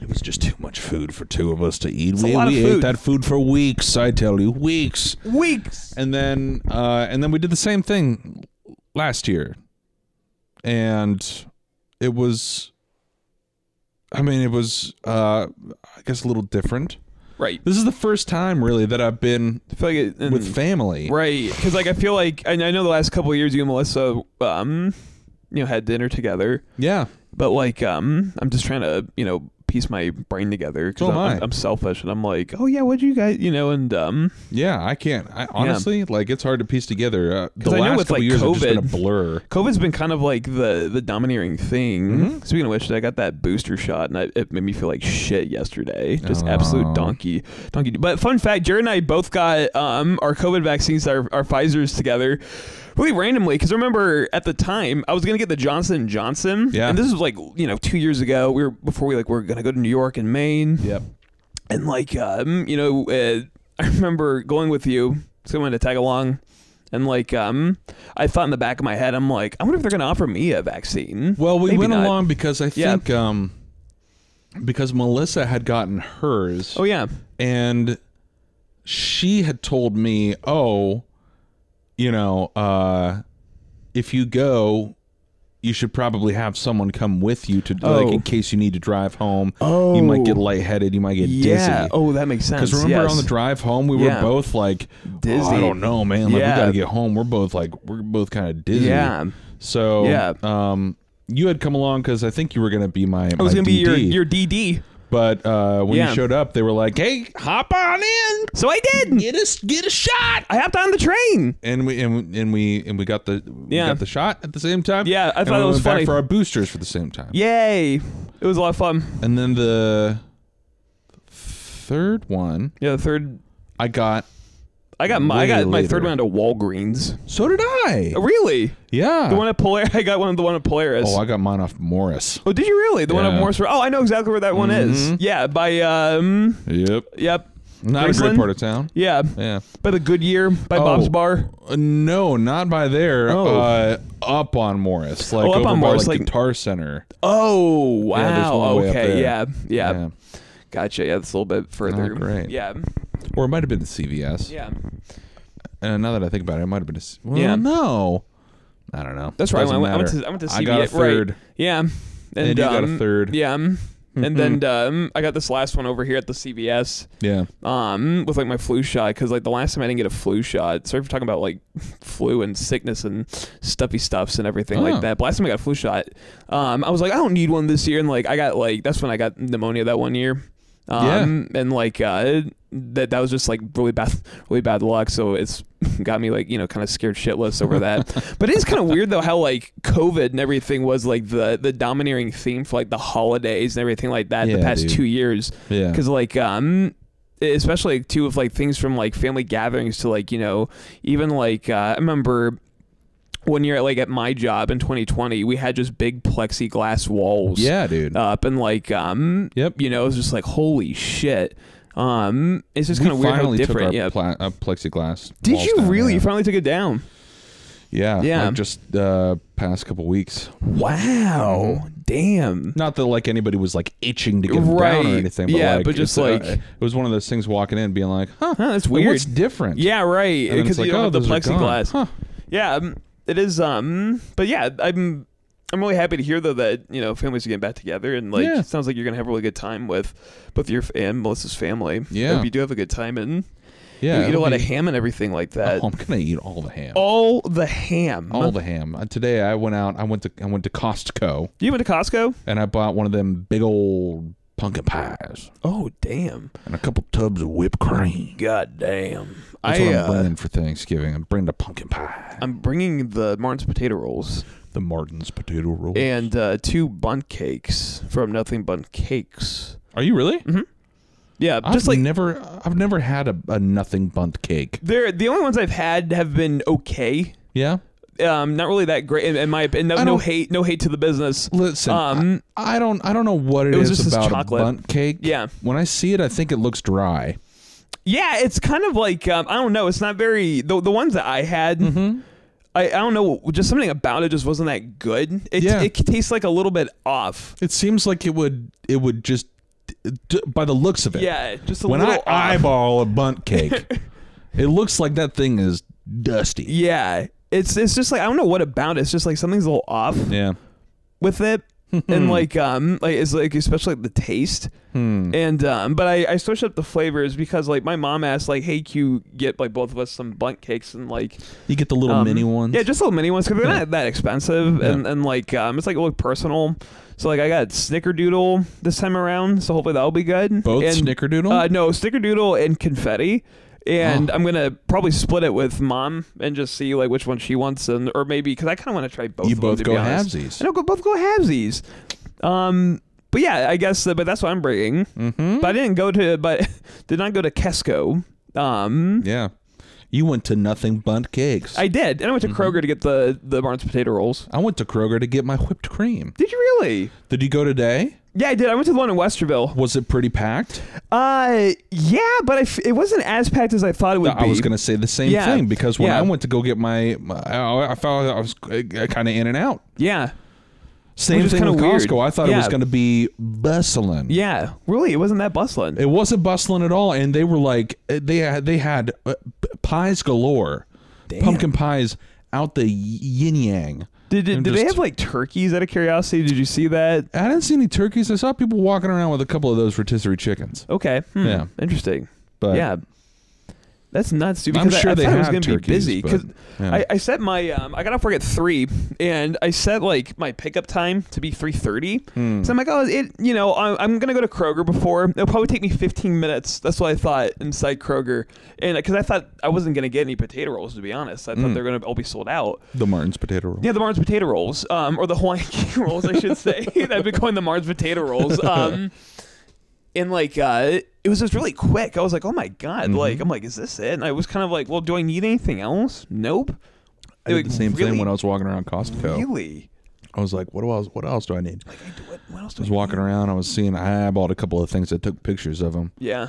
Speaker 1: it was just too much food for two of us to eat
Speaker 2: a
Speaker 1: we,
Speaker 2: lot of
Speaker 1: we ate
Speaker 2: food.
Speaker 1: that food for weeks i tell you weeks
Speaker 2: Weeks.
Speaker 1: and then uh, and then we did the same thing last year, and it was, I mean, it was uh, I guess a little different.
Speaker 2: Right.
Speaker 1: This is the first time really that I've been
Speaker 2: I feel like it, and-
Speaker 1: with family.
Speaker 2: Right, because like I feel like I, I know the last couple of years you and Melissa, um, you know, had dinner together,
Speaker 1: Yeah,
Speaker 2: but like um, I'm just trying to you know piece my brain together
Speaker 1: So
Speaker 2: because
Speaker 1: am
Speaker 2: I'm,
Speaker 1: I.
Speaker 2: I'm, I'm selfish and I'm like, oh yeah, what'd you guys, you know, and um,
Speaker 1: yeah. I can't. I honestly like it's hard to piece together. Uh, the
Speaker 2: 'Cause I know
Speaker 1: last
Speaker 2: with,
Speaker 1: couple
Speaker 2: like,
Speaker 1: years have just been a
Speaker 2: COVID.
Speaker 1: blur.
Speaker 2: COVID's been kind of like the the domineering thing.
Speaker 1: Mm-hmm.
Speaker 2: Speaking of which, I got that booster shot and I, it made me feel like shit yesterday. Just
Speaker 1: Oh.
Speaker 2: absolute donkey, donkey. But fun fact, Jared and I both got um our COVID vaccines, our, our Pfizer's together, really randomly. Because remember at the time I was gonna get the Johnson and Johnson.
Speaker 1: Yeah.
Speaker 2: And this was like you know two years ago. We were before we like we are gonna go to New York and Maine.
Speaker 1: Yep.
Speaker 2: And like um you know uh, I remember going with you, someone to tag along. And like, um, I thought in the back of my head, I'm like, I wonder if they're gonna offer me a vaccine.
Speaker 1: Well, we
Speaker 2: Maybe
Speaker 1: went
Speaker 2: not.
Speaker 1: along because I
Speaker 2: Yeah.
Speaker 1: think um, because Melissa had gotten hers.
Speaker 2: Oh yeah,
Speaker 1: and she had told me, "Oh, you know, uh, if you go, you should probably have someone come with you to
Speaker 2: Oh.
Speaker 1: like in case you need to drive home. you might get
Speaker 2: Oh.
Speaker 1: lightheaded, you might get
Speaker 2: yeah.
Speaker 1: dizzy."
Speaker 2: Oh, that makes sense.
Speaker 1: Because remember
Speaker 2: yes.
Speaker 1: on the drive home, we
Speaker 2: Yeah.
Speaker 1: were both like, dizzy.
Speaker 2: Dizzy.
Speaker 1: I don't know, man. Like
Speaker 2: Yeah.
Speaker 1: we gotta get home. We're both like, we're both kind of dizzy.
Speaker 2: Yeah.
Speaker 1: So
Speaker 2: Yeah.
Speaker 1: um, you had come along because I think you were gonna be my.
Speaker 2: I was
Speaker 1: my
Speaker 2: gonna be your
Speaker 1: DD.
Speaker 2: your DD.
Speaker 1: But uh, when
Speaker 2: Yeah.
Speaker 1: you showed up, they were like, "Hey, hop on in,
Speaker 2: So I did.
Speaker 1: get us get a shot."
Speaker 2: I hopped on the train.
Speaker 1: And we and, we- and we and we got the we
Speaker 2: Yeah.
Speaker 1: got the shot at the same time.
Speaker 2: Yeah, I
Speaker 1: And
Speaker 2: thought
Speaker 1: we
Speaker 2: it was
Speaker 1: went
Speaker 2: funny.
Speaker 1: back for our boosters for the same time.
Speaker 2: Yay! It was a lot of fun.
Speaker 1: And then the third one
Speaker 2: Yeah, the third.
Speaker 1: I got.
Speaker 2: I got my I
Speaker 1: Way
Speaker 2: got my
Speaker 1: later.
Speaker 2: third one at Walgreens. Oh,
Speaker 1: So did I.
Speaker 2: Really?
Speaker 1: Yeah.
Speaker 2: The one at Polaris. I got one of the one at Polaris.
Speaker 1: oh, I got mine off Morris.
Speaker 2: oh, did you really? The one
Speaker 1: Yeah.
Speaker 2: at Morse. Oh, I know exactly where that one is.
Speaker 1: Mhm.
Speaker 2: Yeah, by um.
Speaker 1: Yep.
Speaker 2: Yep.
Speaker 1: Not a
Speaker 2: Graceland?
Speaker 1: great part of town.
Speaker 2: Yeah.
Speaker 1: Yeah.
Speaker 2: By the Goodyear, by
Speaker 1: Oh.
Speaker 2: Bob's Bar.
Speaker 1: Uh, no, not by there.
Speaker 2: Oh.
Speaker 1: Uh, up on Morris, like
Speaker 2: Oh, up
Speaker 1: over
Speaker 2: on
Speaker 1: by,
Speaker 2: Morris,
Speaker 1: like,
Speaker 2: like-
Speaker 1: Guitar Center.
Speaker 2: Oh
Speaker 1: there's
Speaker 2: wow!
Speaker 1: one way up there.
Speaker 2: okay, yeah, yeah, gotcha. Yeah, that's a little bit further.
Speaker 1: Not great.
Speaker 2: Yeah,
Speaker 1: Or it might have been the CVS.
Speaker 2: yeah.
Speaker 1: And now that I think about it, it might have been a. C- Well,
Speaker 2: Yeah.
Speaker 1: No. I don't know.
Speaker 2: That's right. I
Speaker 1: Doesn't
Speaker 2: went, I went
Speaker 1: matter.
Speaker 2: to I went to CBS.
Speaker 1: I got a third.
Speaker 2: Right. Yeah, and,
Speaker 1: you got a
Speaker 2: um,
Speaker 1: third. Mm-hmm.
Speaker 2: Yeah, um, and then um, I got this last one over here at the CVS.
Speaker 1: Yeah.
Speaker 2: Um, with like my flu shot because like the last time I didn't get a flu shot. Sorry for talking about like flu and sickness and stuffy stuffs and everything
Speaker 1: Oh.
Speaker 2: like that. But last time I got a flu shot, um, I was like I don't need one this year, and like I got like that's when I got pneumonia that one year. Um, and like uh, that that was just like really bad, really bad luck. So it's got me like you know kind of scared shitless over that. but it is kind of weird though how like COVID and everything was like the the domineering theme for like the holidays and everything like that the
Speaker 1: Yeah,
Speaker 2: past
Speaker 1: dude.
Speaker 2: two years.
Speaker 1: Yeah.
Speaker 2: because like um. Especially too with like things from like family gatherings to like you know even like uh, I remember one year like at my job in 2020 we had just big plexiglass walls
Speaker 1: Yeah, dude.
Speaker 2: up and like um
Speaker 1: Yep.
Speaker 2: you know it was just like holy shit um it's just
Speaker 1: We
Speaker 2: kind of weird how
Speaker 1: finally
Speaker 2: different
Speaker 1: took our
Speaker 2: yeah
Speaker 1: pla- uh, plexiglass.
Speaker 2: did
Speaker 1: walls
Speaker 2: you
Speaker 1: down,
Speaker 2: really you
Speaker 1: Yeah.
Speaker 2: finally took it down
Speaker 1: yeah.
Speaker 2: Yeah.
Speaker 1: like just uh, past couple weeks.
Speaker 2: wow damn
Speaker 1: Not that like anybody was like itching to get
Speaker 2: Right.
Speaker 1: down or anything. But,
Speaker 2: Yeah,
Speaker 1: like,
Speaker 2: but just,
Speaker 1: it's,
Speaker 2: like-
Speaker 1: uh, it was one of those things walking in, being like, huh,
Speaker 2: Huh, that's
Speaker 1: like,
Speaker 2: weird.
Speaker 1: What's different?
Speaker 2: yeah right
Speaker 1: And then
Speaker 2: because
Speaker 1: it's like,
Speaker 2: you don't
Speaker 1: oh,
Speaker 2: have the
Speaker 1: those are gone.
Speaker 2: plexiglass
Speaker 1: Huh.
Speaker 2: yeah um, it is um but yeah i'm i'm really happy to hear though that you know families are getting back together and like
Speaker 1: Yeah.
Speaker 2: it sounds like you're gonna have a really good time with both your f- and melissa's family
Speaker 1: Yeah.
Speaker 2: I hope you do have a good time and
Speaker 1: Yeah.
Speaker 2: you eat a
Speaker 1: it'll
Speaker 2: lot
Speaker 1: be-
Speaker 2: of ham and everything like that
Speaker 1: Oh, I'm gonna eat all the ham.
Speaker 2: all the ham
Speaker 1: All the ham. Uh, Today I went out. I went to I went to Costco
Speaker 2: you went to costco
Speaker 1: and I bought one of them big old pumpkin pies
Speaker 2: oh damn
Speaker 1: and a couple tubs of whipped cream.
Speaker 2: God damn.
Speaker 1: That's
Speaker 2: I,
Speaker 1: what I'm
Speaker 2: uh,
Speaker 1: bringing for Thanksgiving. I'm bringing the pumpkin pie,
Speaker 2: I'm bringing the Martin's potato rolls
Speaker 1: the Martin's potato roll.
Speaker 2: and uh, two bun cakes from Nothing Bun Cakes.
Speaker 1: Are you really?
Speaker 2: Yeah,
Speaker 1: I've
Speaker 2: just like
Speaker 1: never. I've never had a, a nothing bunt cake.
Speaker 2: they're the only ones I've had have been okay.
Speaker 1: Yeah.
Speaker 2: Um, not really that great in, in my opinion. No,
Speaker 1: I
Speaker 2: no
Speaker 1: don't-
Speaker 2: hate, no hate to the business.
Speaker 1: Listen,
Speaker 2: Um,
Speaker 1: I, I don't. I don't know what
Speaker 2: it was
Speaker 1: is
Speaker 2: just this
Speaker 1: about
Speaker 2: chocolate.
Speaker 1: a bunt cake.
Speaker 2: Yeah.
Speaker 1: When I see it, I think it looks dry.
Speaker 2: Yeah, it's kind of like um, I don't know. It's not very the the ones that I had.
Speaker 1: Mm-hmm.
Speaker 2: I, I don't know. Just something about it just wasn't that good. It,
Speaker 1: Yeah.
Speaker 2: it tastes like a little bit off.
Speaker 1: It seems like it would. It would just d- by the looks of it.
Speaker 2: Yeah, just a
Speaker 1: when
Speaker 2: little
Speaker 1: I
Speaker 2: off.
Speaker 1: eyeball a bunt cake, it looks like that thing is dusty.
Speaker 2: Yeah. It's it's just like I don't know what about it. It's just like something's a little off
Speaker 1: Yeah.
Speaker 2: with it. and like um like it's like especially like the taste. And um but I, I switched up the flavors because like my mom asked like, Hey can you get like both of us some bunt cakes and like
Speaker 1: You get the little
Speaker 2: um,
Speaker 1: mini ones.
Speaker 2: Yeah, just little mini ones because they're
Speaker 1: Yeah.
Speaker 2: not that expensive
Speaker 1: Yeah.
Speaker 2: and, and like um it's like a little personal. So like I got snickerdoodle this time around, so hopefully that'll be good.
Speaker 1: Both
Speaker 2: and,
Speaker 1: snickerdoodle. Oh.
Speaker 2: uh, no, snickerdoodle and confetti. And I'm gonna probably split it with mom and just see like which one she wants, and or maybe because I kind of want to try both.
Speaker 1: You
Speaker 2: of them,
Speaker 1: both
Speaker 2: to
Speaker 1: go
Speaker 2: be honest.
Speaker 1: halvesies.
Speaker 2: I know, go both go halvesies. Um, but yeah, I guess. Uh, but that's what I'm bringing. Mm-hmm. But I didn't go to, but did not go to Kesco. Um,
Speaker 1: yeah. You went to nothing bunt cakes.
Speaker 2: I did, and I went to Kroger to get the the Barnes potato rolls.
Speaker 1: I went to Kroger to get my whipped cream.
Speaker 2: Did you really?
Speaker 1: Did you go today?
Speaker 2: Yeah, I did. I went to the one in Westerville.
Speaker 1: Was it pretty packed?
Speaker 2: Uh, yeah, but I f- it wasn't as packed as I thought it would
Speaker 1: I
Speaker 2: be.
Speaker 1: was going to say the same
Speaker 2: Yeah.
Speaker 1: thing because when
Speaker 2: Yeah.
Speaker 1: I went to go get my, my- I, I found I was kind of in and out.
Speaker 2: Yeah,
Speaker 1: Same
Speaker 2: is
Speaker 1: thing
Speaker 2: kinda
Speaker 1: with
Speaker 2: weird.
Speaker 1: Costco. I thought it was
Speaker 2: Yeah.
Speaker 1: going to be bustling.
Speaker 2: yeah. Really, it wasn't that bustling.
Speaker 1: It wasn't bustling at all, and they were like they had they had uh, p- pies galore, pumpkin pies out the yin yang.
Speaker 2: Did, did,
Speaker 1: I'm
Speaker 2: did they
Speaker 1: just-
Speaker 2: have like turkeys out of curiosity? Did you see that?
Speaker 1: I didn't see any turkeys. I saw people walking around with a couple of those rotisserie chickens,
Speaker 2: Okay. Hmm.
Speaker 1: Yeah.
Speaker 2: Interesting.
Speaker 1: but
Speaker 2: yeah. That's nuts, dude.
Speaker 1: I'm
Speaker 2: Because I-
Speaker 1: sure
Speaker 2: I,
Speaker 1: they
Speaker 2: thought it was
Speaker 1: have
Speaker 2: gonna
Speaker 1: turkeys,
Speaker 2: be busy
Speaker 1: but,
Speaker 2: because
Speaker 1: yeah.
Speaker 2: I, I set my um, I got off work at three, and I set like my pickup time to be three thirty. So I'm like, oh, it you know I'm, I'm gonna go to Kroger before it'll probably take me fifteen minutes. That's what I thought inside Kroger, and because I thought I wasn't gonna get any potato rolls to be honest, I thought they're gonna all be sold out.
Speaker 1: the Martin's potato roll.
Speaker 2: Yeah, the Mars potato rolls, um, or the Hawaiian king rolls, I should say. I've been calling the Mars potato rolls. Um, and like, uh, it was just really quick. I was like, oh my god,
Speaker 1: Mm-hmm.
Speaker 2: like, I'm like, is this it? And I was kind of like, well, do I need anything else? Nope.
Speaker 1: I did the same thing when I was walking around Costco.
Speaker 2: really.
Speaker 1: I was like, what else? What else do I need? I
Speaker 2: What, what else do
Speaker 1: was
Speaker 2: I?
Speaker 1: walking around. I was seeing. I bought a couple of things. I took pictures of them
Speaker 2: Yeah.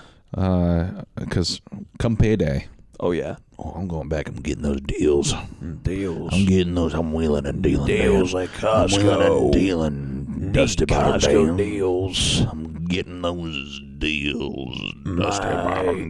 Speaker 1: because come payday,
Speaker 2: Oh yeah.
Speaker 1: oh, I'm going back. I'm getting those deals.
Speaker 4: Deals.
Speaker 3: I'm getting those. I'm wheeling and dealing.
Speaker 4: Deals
Speaker 3: man.
Speaker 4: at
Speaker 3: I'm wheeling and
Speaker 4: Costco.
Speaker 3: dealing.
Speaker 4: Dusty
Speaker 3: Dusty bottom
Speaker 4: Costco
Speaker 3: down.
Speaker 4: deals.
Speaker 3: I'm getting those deals. Dusty bottom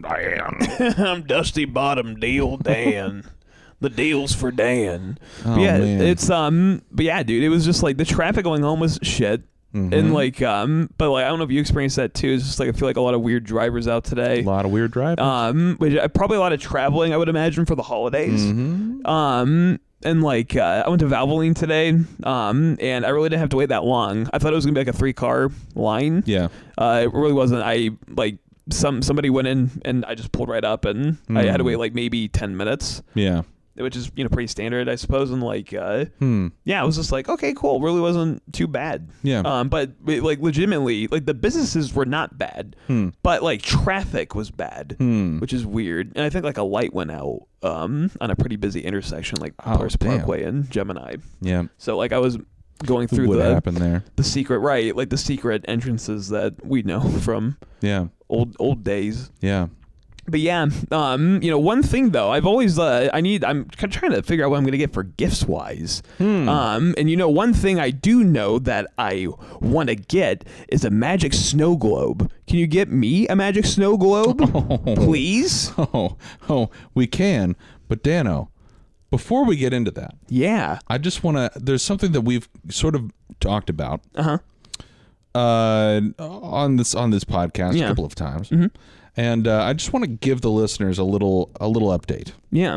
Speaker 3: down.
Speaker 4: I'm Dusty Bottom Deal Dan. the deals for Dan.
Speaker 1: Oh
Speaker 2: yeah,
Speaker 1: man,
Speaker 2: it's um, but yeah, dude, it was just like the traffic going home was shit,
Speaker 1: Mm-hmm.
Speaker 2: and like um, but like I don't know if you experienced that too. It's just like I feel like a lot of weird drivers out today.
Speaker 1: a lot of weird driving.
Speaker 2: um which uh, probably a lot of traveling i would imagine for the holidays
Speaker 1: Mm-hmm.
Speaker 2: um and like uh, i went to valvoline today um and i really didn't have to wait that long i thought it was gonna be like a three car line
Speaker 1: yeah.
Speaker 2: uh it really wasn't i like some somebody went in and I just pulled right up and I had to wait like maybe ten minutes,
Speaker 1: Yeah.
Speaker 2: which is you know pretty standard I suppose. And like, uh,
Speaker 1: Hmm.
Speaker 2: yeah, it was just like okay, cool, really wasn't too bad.
Speaker 1: Yeah.
Speaker 2: Um, but it, like legitimately, like the businesses were not bad, but like traffic was bad,
Speaker 1: Hmm.
Speaker 2: which is weird. And I think like a light went out um on a pretty busy intersection like
Speaker 1: Oh,
Speaker 2: Paris
Speaker 1: damn.
Speaker 2: Parkway and Gemini.
Speaker 1: Yeah.
Speaker 2: So like I was going through
Speaker 1: what
Speaker 2: the
Speaker 1: happened there?
Speaker 2: the secret right like the secret entrances that we know from
Speaker 1: Yeah.
Speaker 2: old old days
Speaker 1: Yeah.
Speaker 2: but yeah um you know one thing though i've always uh, i need i'm kind of trying to figure out what i'm gonna get for gifts wise
Speaker 1: Hmm.
Speaker 2: um and you know one thing i do know that i want to get is a magic snow globe can you get me a magic snow globe please
Speaker 1: Oh, oh, we can. But Dano, before we get into that,
Speaker 2: yeah
Speaker 1: I just want to. There's something that we've sort of talked about
Speaker 2: uh-huh
Speaker 1: uh, on this on this podcast a
Speaker 2: Yeah. Mm-hmm.
Speaker 1: couple of times, and uh, I just want to give the listeners a little a little update.
Speaker 2: yeah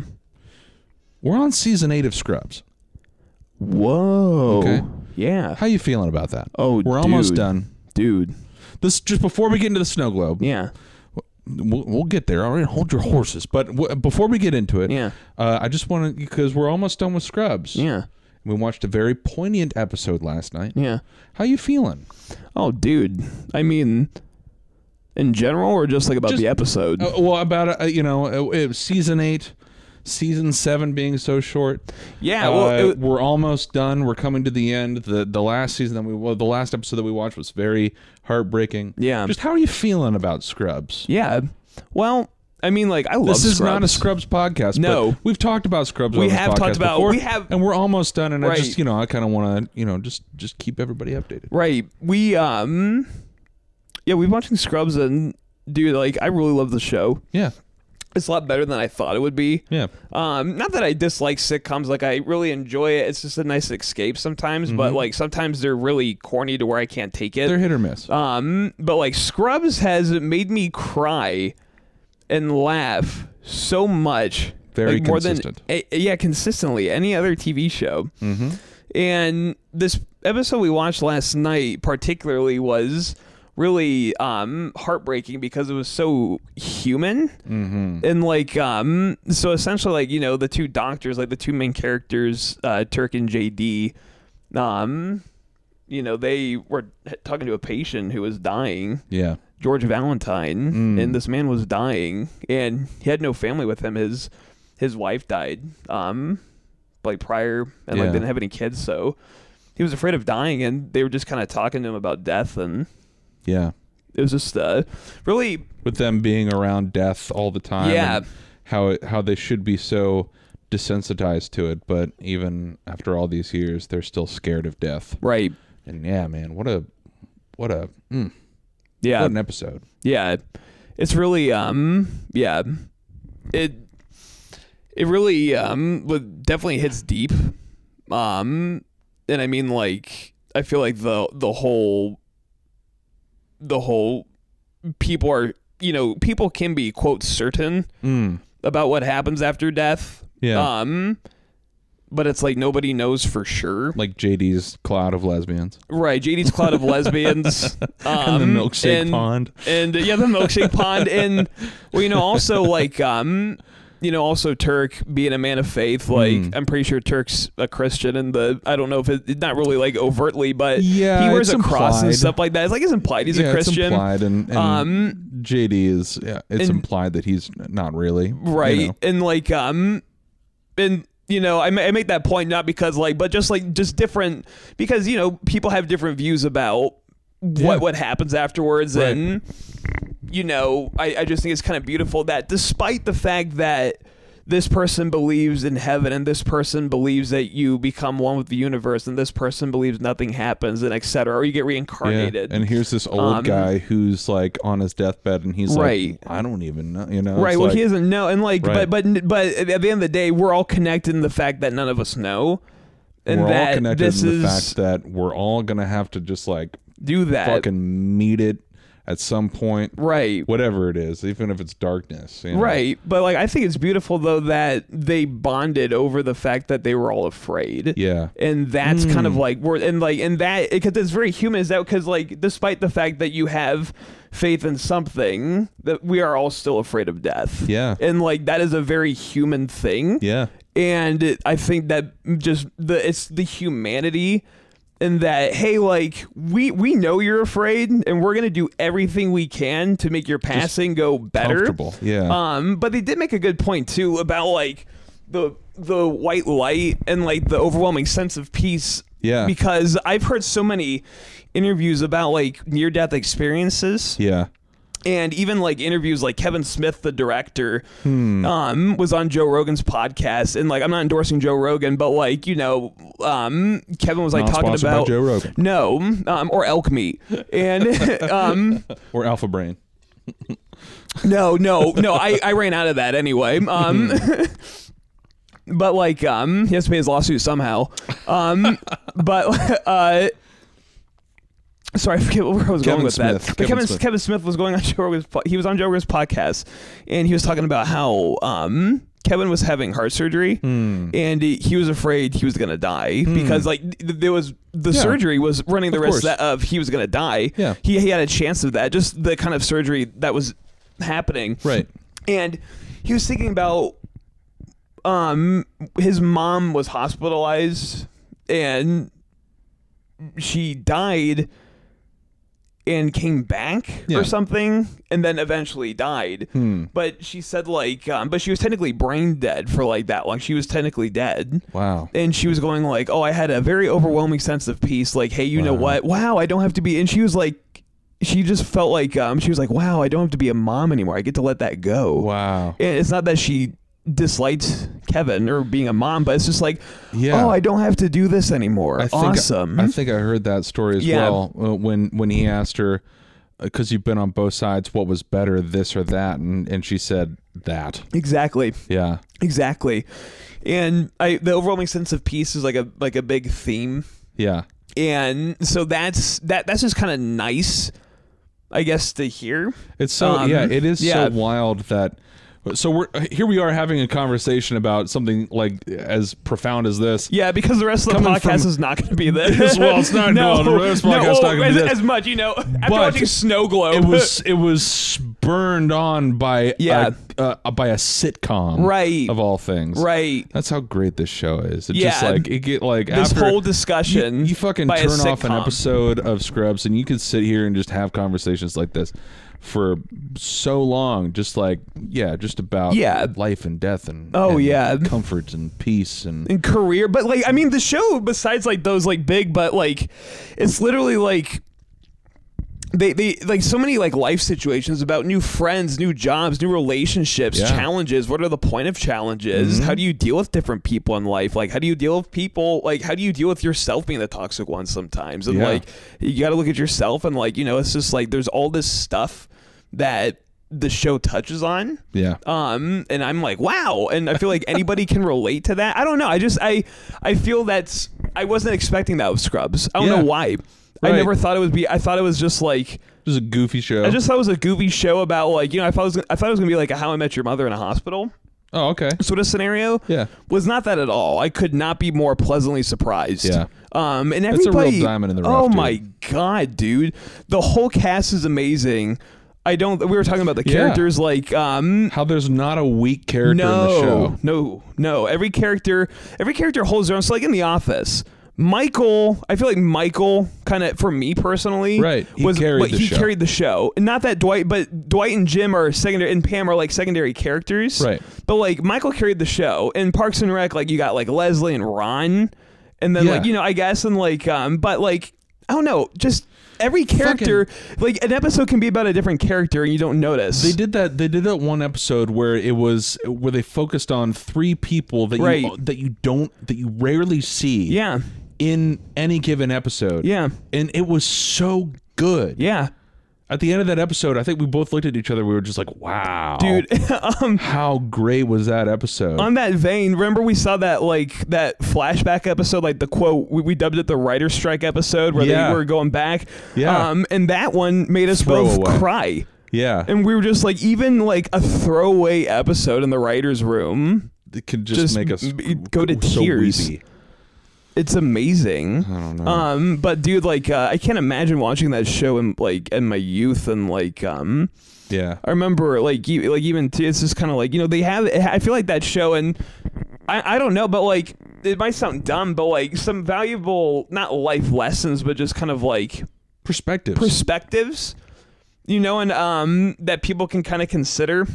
Speaker 1: We're on season eight of Scrubs.
Speaker 2: whoa
Speaker 1: Okay.
Speaker 2: yeah
Speaker 1: How you feeling about that?
Speaker 2: Oh,
Speaker 1: we're almost
Speaker 2: dude.
Speaker 1: done.
Speaker 2: dude
Speaker 1: This just before we get into the snow globe.
Speaker 2: yeah
Speaker 1: We'll, we'll get there. All right, hold your horses. But w- before we get into it,
Speaker 2: Yeah.
Speaker 1: uh, I just want to because we're almost done with Scrubs.
Speaker 2: yeah
Speaker 1: We watched a very poignant episode last night.
Speaker 2: yeah
Speaker 1: How you feeling?
Speaker 2: Oh, dude. I mean, in general, or just like about
Speaker 1: Just-
Speaker 2: the episode?
Speaker 1: Uh, well, about uh, you know uh, uh, season eight, season seven being so short.
Speaker 2: yeah.
Speaker 1: Uh,
Speaker 2: well, it-
Speaker 1: we're almost done. We're coming to the end. the The last season that we well, the last episode that we watched was very heartbreaking.
Speaker 2: Yeah.
Speaker 1: Just how are you feeling about Scrubs?
Speaker 2: yeah. Well, I mean, like I love
Speaker 1: This is not a
Speaker 2: Scrubs.
Speaker 1: Scrubs podcast.
Speaker 2: No.
Speaker 1: but we've talked about Scrubs.
Speaker 2: We
Speaker 1: on this
Speaker 2: have
Speaker 1: podcast
Speaker 2: talked about-
Speaker 1: before,
Speaker 2: we have-
Speaker 1: and we're almost done. And I
Speaker 2: Right.
Speaker 1: just you know I kind of want to you know just just keep everybody updated.
Speaker 2: Right. We um. Yeah, we've been watching Scrubs and dude, like I really love the show.
Speaker 1: Yeah,
Speaker 2: It's a lot better than I thought it would be.
Speaker 1: yeah,
Speaker 2: Um, not that I dislike sitcoms, like I really enjoy it. It's just a nice escape sometimes,
Speaker 1: Mm-hmm.
Speaker 2: but like sometimes they're really corny to where I can't take it.
Speaker 1: they're hit or miss.
Speaker 2: Um, but like Scrubs has made me cry and laugh so much.
Speaker 1: Very
Speaker 2: like, more
Speaker 1: consistent.
Speaker 2: Than, eh, eh, yeah, consistently. Any other TV show. Mm-hmm. And this episode we watched last night, particularly, was really um heartbreaking because it was so human
Speaker 1: Mm. Mm-hmm.
Speaker 2: and like um so essentially like you know the two doctors like the two main characters uh turk and jd um you know, they were talking to a patient who was dying,
Speaker 1: yeah,
Speaker 2: George Valentine, and this man was dying, and he had no family with him. His his wife died, um, like prior, and
Speaker 1: Yeah.
Speaker 2: like didn't have any kids, so he was afraid of dying, and they were just kind of talking to him about death, and
Speaker 1: yeah.
Speaker 2: it was just uh, really
Speaker 1: with them being around death all the time.
Speaker 2: Yeah.
Speaker 1: and how it, how they should be so desensitized to it, but even after all these years, they're still scared of death.
Speaker 2: right,
Speaker 1: And yeah, man, what a what a mm,
Speaker 2: yeah,
Speaker 1: what an episode.
Speaker 2: yeah it's really um yeah it it really um would- definitely hits deep um and i mean like i feel like the the whole the whole people are you know people can be quote certain
Speaker 1: Mm,
Speaker 2: about what happens after death
Speaker 1: yeah,
Speaker 2: um but it's like nobody knows for sure
Speaker 1: like JD's cloud of lesbians
Speaker 2: right jd's cloud of lesbians
Speaker 1: and
Speaker 2: um,
Speaker 1: the milkshake
Speaker 2: and-
Speaker 1: pond.
Speaker 2: and uh, yeah, the milkshake pond, and well, you know, also like um, you know, also Turk being a man of faith. Like
Speaker 1: Mm.
Speaker 2: I'm pretty sure Turk's a Christian, and the I don't know if it, it's not really like overtly, but
Speaker 1: Yeah,
Speaker 2: he wears
Speaker 1: it's
Speaker 2: a cross and
Speaker 1: implied.
Speaker 2: stuff like that. It's like it's implied he's
Speaker 1: yeah,
Speaker 2: a
Speaker 1: it's
Speaker 2: Christian.
Speaker 1: implied, and, and
Speaker 2: Um,
Speaker 1: JD is yeah, it's
Speaker 2: and-
Speaker 1: implied that he's not really you
Speaker 2: right
Speaker 1: know.
Speaker 2: and like um and you know I, ma- I make that point not because like but just like just different because you know people have different views about
Speaker 1: Yeah.
Speaker 2: what what happens afterwards
Speaker 1: Right.
Speaker 2: and you know I, I just think it's kind of beautiful that despite the fact that this person believes in heaven and this person believes that you become one with the universe and this person believes nothing happens and etc or you get
Speaker 1: Yeah,
Speaker 2: reincarnated
Speaker 1: and here's this old
Speaker 2: Um,
Speaker 1: guy who's like on his deathbed, and he's
Speaker 2: Right.
Speaker 1: like, I don't even know, you know,
Speaker 2: Right.
Speaker 1: It's
Speaker 2: Well,
Speaker 1: like,
Speaker 2: he doesn't know, and like,
Speaker 1: Right.
Speaker 2: but but but at the end of the day, we're all connected in the fact that none of us know, and
Speaker 1: we're
Speaker 2: that
Speaker 1: all connected
Speaker 2: this
Speaker 1: in the
Speaker 2: is
Speaker 1: fact that we're all gonna have to just like
Speaker 2: do that.
Speaker 1: fucking meet it at some point.
Speaker 2: Right.
Speaker 1: Whatever it is, even if it's darkness. you know?
Speaker 2: Right. But like I think it's beautiful though that they bonded over the fact that they were all afraid.
Speaker 1: Yeah. Mm.
Speaker 2: And that's kind of like where and like and that because it's very human is that because like despite the fact that you have faith in something that we are all still afraid of death.
Speaker 1: Yeah.
Speaker 2: And like that is a very human thing.
Speaker 1: Yeah.
Speaker 2: And it, I think that just the it's the humanity and that hey like we we know you're afraid and we're going to do everything we can to make your passing go better.
Speaker 1: Comfortable. Yeah.
Speaker 2: Um, but they did make a good point too about like the the white light and like the overwhelming sense of peace.
Speaker 1: Yeah.
Speaker 2: Because I've heard so many interviews about like near death experiences
Speaker 1: yeah.
Speaker 2: and even like interviews like Kevin Smith, the director,
Speaker 1: Hmm. Mm.
Speaker 2: um, was on Joe Rogan's podcast, and like I'm not endorsing Joe Rogan, but like you know, um, Kevin was like
Speaker 1: Not
Speaker 2: talking
Speaker 1: sponsored by
Speaker 2: about
Speaker 1: Joe Rogan.
Speaker 2: no, um, or elk meat, and um,
Speaker 1: Or alpha brain.
Speaker 2: no, no, no. I, I ran out of that anyway. Um,
Speaker 1: Mm-hmm.
Speaker 2: but like, um, he has to pay his lawsuit somehow. Um, but uh, sorry, I forget where I was
Speaker 1: Kevin
Speaker 2: going with
Speaker 1: Smith.
Speaker 2: that.
Speaker 1: Kevin
Speaker 2: But Kevin
Speaker 1: Smith.
Speaker 2: Kevin Smith was going on Joe Rogan's. po- He was on Joe Rogan's podcast, and he was talking about how um. Kevin was having heart surgery,
Speaker 1: Hmm.
Speaker 2: and he, he was afraid he was gonna die because like th- there was the
Speaker 1: Yeah.
Speaker 2: surgery was running the
Speaker 1: Of
Speaker 2: risk
Speaker 1: course.
Speaker 2: that of he was gonna die.
Speaker 1: Yeah.
Speaker 2: he he had a chance of that. Just the kind of surgery that was happening.
Speaker 1: Right.
Speaker 2: And he was thinking about um his mom was hospitalized and she died and came back
Speaker 1: Yeah.
Speaker 2: or something and then eventually died
Speaker 1: Hmm.
Speaker 2: but she said like um, but she was technically brain dead for like that long she was technically dead
Speaker 1: Wow.
Speaker 2: and she was going like, "Oh, I had a very overwhelming sense of peace. Like, hey, you know
Speaker 1: Wow.
Speaker 2: what? Wow, I don't have to be." And she was like, she just felt like, um, she was like, "Wow, I don't have to be a mom anymore. I get to let that go."
Speaker 1: Wow.
Speaker 2: And it's not that she disliked Kevin or being a mom, but it's just like,
Speaker 1: Yeah.
Speaker 2: "Oh, I don't have to do this anymore."
Speaker 1: I think,
Speaker 2: awesome.
Speaker 1: I think I heard that story as
Speaker 2: Yeah.
Speaker 1: well uh, when when he asked her because you've been on both sides, what was better, this or that, and and she said that.
Speaker 2: exactly.
Speaker 1: Yeah.
Speaker 2: Exactly. And I, the overwhelming sense of peace is like a like a big theme
Speaker 1: Yeah.
Speaker 2: and so that's that that's just kind of nice i guess to hear
Speaker 1: It's so
Speaker 2: Um,
Speaker 1: yeah, it is
Speaker 2: yeah.
Speaker 1: so wild that so we're uh, here we are having a conversation about something like as profound as this.
Speaker 2: yeah because the rest of the
Speaker 1: Coming
Speaker 2: podcast
Speaker 1: from-
Speaker 2: is not going to be this
Speaker 1: Well, it's not-
Speaker 2: no,
Speaker 1: no, the rest of the
Speaker 2: no,
Speaker 1: podcast's not gonna be
Speaker 2: as,
Speaker 1: this.
Speaker 2: as much you know after
Speaker 1: But
Speaker 2: watching snow globe
Speaker 1: It was it was burned on by
Speaker 2: Yeah.
Speaker 1: a, uh, by a sitcom
Speaker 2: Right.
Speaker 1: of all things
Speaker 2: right
Speaker 1: That's how great this show is. It just
Speaker 2: Yeah.
Speaker 1: like it get like
Speaker 2: this
Speaker 1: after
Speaker 2: whole
Speaker 1: you,
Speaker 2: discussion
Speaker 1: you fucking
Speaker 2: by a
Speaker 1: turn off an
Speaker 2: sitcom.
Speaker 1: episode of Scrubs and you could sit here and just have conversations like this for so long, just like yeah, just about
Speaker 2: Yeah.
Speaker 1: life and death and
Speaker 2: Oh,
Speaker 1: and
Speaker 2: yeah.
Speaker 1: comfort and peace and
Speaker 2: in career but like i mean the show besides like those like big but like it's literally like they, they like so many like life situations about new friends new jobs new relationships
Speaker 1: Yeah. Mm-hmm.
Speaker 2: challenges what are the point of challenges how do you deal with different people in life like how do you deal with people like how do you deal with yourself being the toxic one sometimes and
Speaker 1: Yeah.
Speaker 2: like you got to look at yourself and like you know it's just like there's all this stuff that the show touches on
Speaker 1: yeah.
Speaker 2: um and i'm like wow and i feel like anybody can relate to that i don't know i just i i feel that's i wasn't expecting that with scrubs i don't
Speaker 1: Yeah.
Speaker 2: know why i
Speaker 1: Right.
Speaker 2: never thought it would be i thought it was just like
Speaker 1: It was a goofy show.
Speaker 2: i just thought it was a goofy show about like you know i thought it was, i thought it was gonna be like a how i met your mother in a hospital
Speaker 1: oh, okay.
Speaker 2: sort of scenario
Speaker 1: Yeah.
Speaker 2: was not that at all i could not be more pleasantly surprised
Speaker 1: Yeah.
Speaker 2: um and
Speaker 1: a real
Speaker 2: everybody
Speaker 1: diamond in the rough,
Speaker 2: oh
Speaker 1: dude.
Speaker 2: my god dude the whole cast is amazing i don't we were talking about the
Speaker 1: Yeah.
Speaker 2: characters like um
Speaker 1: How there's not a weak character in the show.
Speaker 2: no, no. Every character, every character holds their own. So like in The Office, Michael, I feel like Michael, kind of for me personally,
Speaker 1: Right. He
Speaker 2: was
Speaker 1: carried
Speaker 2: but
Speaker 1: the
Speaker 2: he
Speaker 1: show.
Speaker 2: carried the show. And Not that Dwight, but Dwight and Jim are secondary, and Pam are like secondary characters,
Speaker 1: Right.
Speaker 2: But like Michael carried the show, and Parks and Rec, like you got like Leslie and Ron, and then
Speaker 1: Yeah.
Speaker 2: like you know I guess, and like um, but like I don't know, just. Every character, like an episode, can be about a different character, and you don't notice.
Speaker 1: They did that. They did that one episode where it was where they focused on three people that
Speaker 2: Right.
Speaker 1: you that you don't that you rarely see.
Speaker 2: Yeah.
Speaker 1: In any given episode.
Speaker 2: Yeah.
Speaker 1: And it was so good.
Speaker 2: yeah,
Speaker 1: At the end of that episode, I think we both looked at each other. We were just like, "Wow,
Speaker 2: dude.
Speaker 1: Oh.
Speaker 2: um,
Speaker 1: how great was that episode?"
Speaker 2: on that vein, remember we saw that like that flashback episode, like the quote we, we dubbed it the writer's strike episode, where
Speaker 1: Yeah.
Speaker 2: they were going back.
Speaker 1: Yeah.
Speaker 2: Um, and that one made us both
Speaker 1: Throwaway.
Speaker 2: cry,
Speaker 1: yeah,
Speaker 2: and we were just like, even like a throwaway episode in the writers' room,
Speaker 1: it could just,
Speaker 2: just
Speaker 1: make us
Speaker 2: b- go to
Speaker 1: so
Speaker 2: tears.
Speaker 1: weepy.
Speaker 2: it's amazing.
Speaker 1: I don't know.
Speaker 2: Um, but dude, like uh, I can't imagine watching that show in like in my youth and like um.
Speaker 1: yeah,
Speaker 2: I remember like you like even t- it's just kind of like you know they have I feel like that show and I I don't know but like it might sound dumb but like some valuable not life lessons but just kind of like
Speaker 1: perspectives.
Speaker 2: perspectives you know and um that people can kind of consider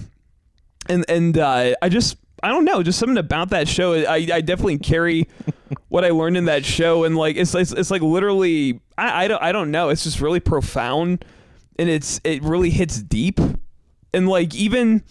Speaker 2: and and uh, I just I don't know just something about that show I I definitely carry what I learned in that show and like it's it's, it's like literally I I don't I don't know it's just really profound and it's it really hits deep and like even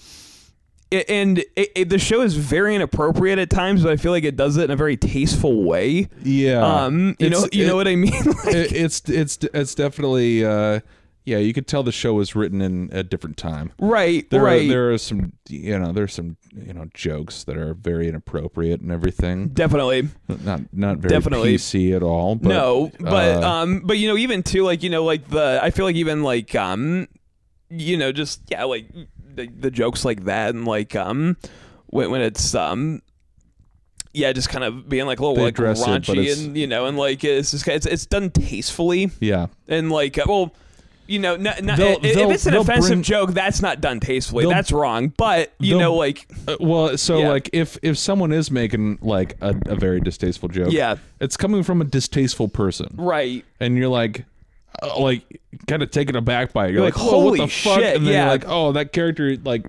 Speaker 2: a- and it, it, the show is very inappropriate at times but I feel like it does it in a very tasteful way
Speaker 1: yeah,
Speaker 2: um you
Speaker 1: Uh, It's-
Speaker 2: know you
Speaker 1: it-
Speaker 2: know what I mean like,
Speaker 1: it, it's it's it's definitely uh, yeah. You could tell the show was written in a different time.
Speaker 2: right
Speaker 1: There
Speaker 2: right
Speaker 1: are, there are some you know there's some you know jokes that are very inappropriate and everything.
Speaker 2: definitely
Speaker 1: Not not very
Speaker 2: Definitely.
Speaker 1: PC at all. But,
Speaker 2: no but
Speaker 1: uh,
Speaker 2: um but you know even too like you know like the i feel like even like um you know just yeah like the, the jokes like that and like um when, when it's um yeah just kind of being like a little
Speaker 1: They
Speaker 2: like
Speaker 1: address it, but
Speaker 2: raunchy
Speaker 1: it's-
Speaker 2: and you know and like it's just it's, it's done tastefully
Speaker 1: yeah.
Speaker 2: and like uh, well you know, not, not,
Speaker 1: They'll-
Speaker 2: i- if
Speaker 1: they'll-
Speaker 2: it's an
Speaker 1: they'll
Speaker 2: offensive
Speaker 1: bring-
Speaker 2: joke, that's not done tastefully.
Speaker 1: they'll-
Speaker 2: That's wrong. But you
Speaker 1: they'll-
Speaker 2: know, like,
Speaker 1: Uh, well, so
Speaker 2: Yeah.
Speaker 1: like if if someone is making like a, a very distasteful joke,
Speaker 2: Yeah.
Speaker 1: it's coming from a distasteful person,
Speaker 2: right?
Speaker 1: and you're like, uh, like kind of taken aback by it. You're,
Speaker 2: You're
Speaker 1: like,
Speaker 2: like,
Speaker 1: oh, what
Speaker 2: "Holy
Speaker 1: the fuck?
Speaker 2: shit,
Speaker 1: And then
Speaker 2: yeah.
Speaker 1: you're like, oh, that character, like,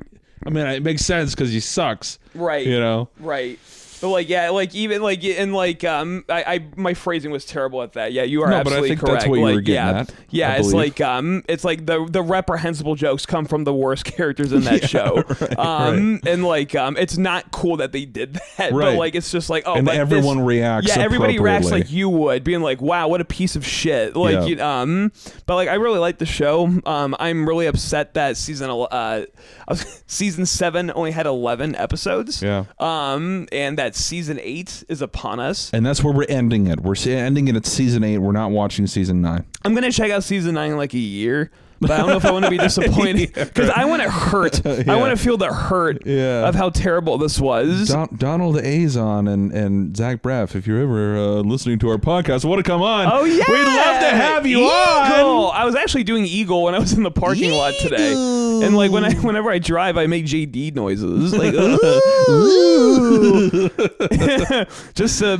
Speaker 1: I mean, it makes sense because he sucks,
Speaker 2: Right.
Speaker 1: You know,
Speaker 2: Right. But like yeah, like even like and like um I, I my phrasing was terrible at that. Yeah, you are
Speaker 1: No, but I
Speaker 2: absolutely
Speaker 1: think that's
Speaker 2: correct.
Speaker 1: what you were
Speaker 2: like,
Speaker 1: getting
Speaker 2: yeah.
Speaker 1: at,
Speaker 2: Yeah,
Speaker 1: I
Speaker 2: it's
Speaker 1: believe.
Speaker 2: like um it's like the the reprehensible jokes come from the worst characters in that show. um and like um it's not cool that they did that.
Speaker 1: Right.
Speaker 2: But like it's just like oh
Speaker 1: And
Speaker 2: but this-
Speaker 1: everyone reacts
Speaker 2: Yeah, everybody reacts
Speaker 1: appropriately.
Speaker 2: like you would, being like, Wow, what a piece of shit. Like
Speaker 1: Yeah.
Speaker 2: you, um but like I really like the show. Um I'm really upset that season el- uh season seven only had eleven episodes.
Speaker 1: yeah.
Speaker 2: Um, and that season eight is upon us.
Speaker 1: And that's where we're ending it. We're se- ending it at season eight. We're not watching season nine.
Speaker 2: I'm gonna check out season nine in like a year, but I don't know if I want to be disappointed because I want to hurt. I want to feel the hurt
Speaker 1: Yeah.
Speaker 2: of how terrible this was.
Speaker 1: Don- Donald Azon and, and Zach Braff, if you're ever uh, listening to our podcast, want to come on?
Speaker 2: Oh yeah,
Speaker 1: we'd love to have you on.
Speaker 2: Eagle. I was actually doing Eagle when I was in the parking lot today, and like when I, whenever I drive, I make JD noises, like ooh, just to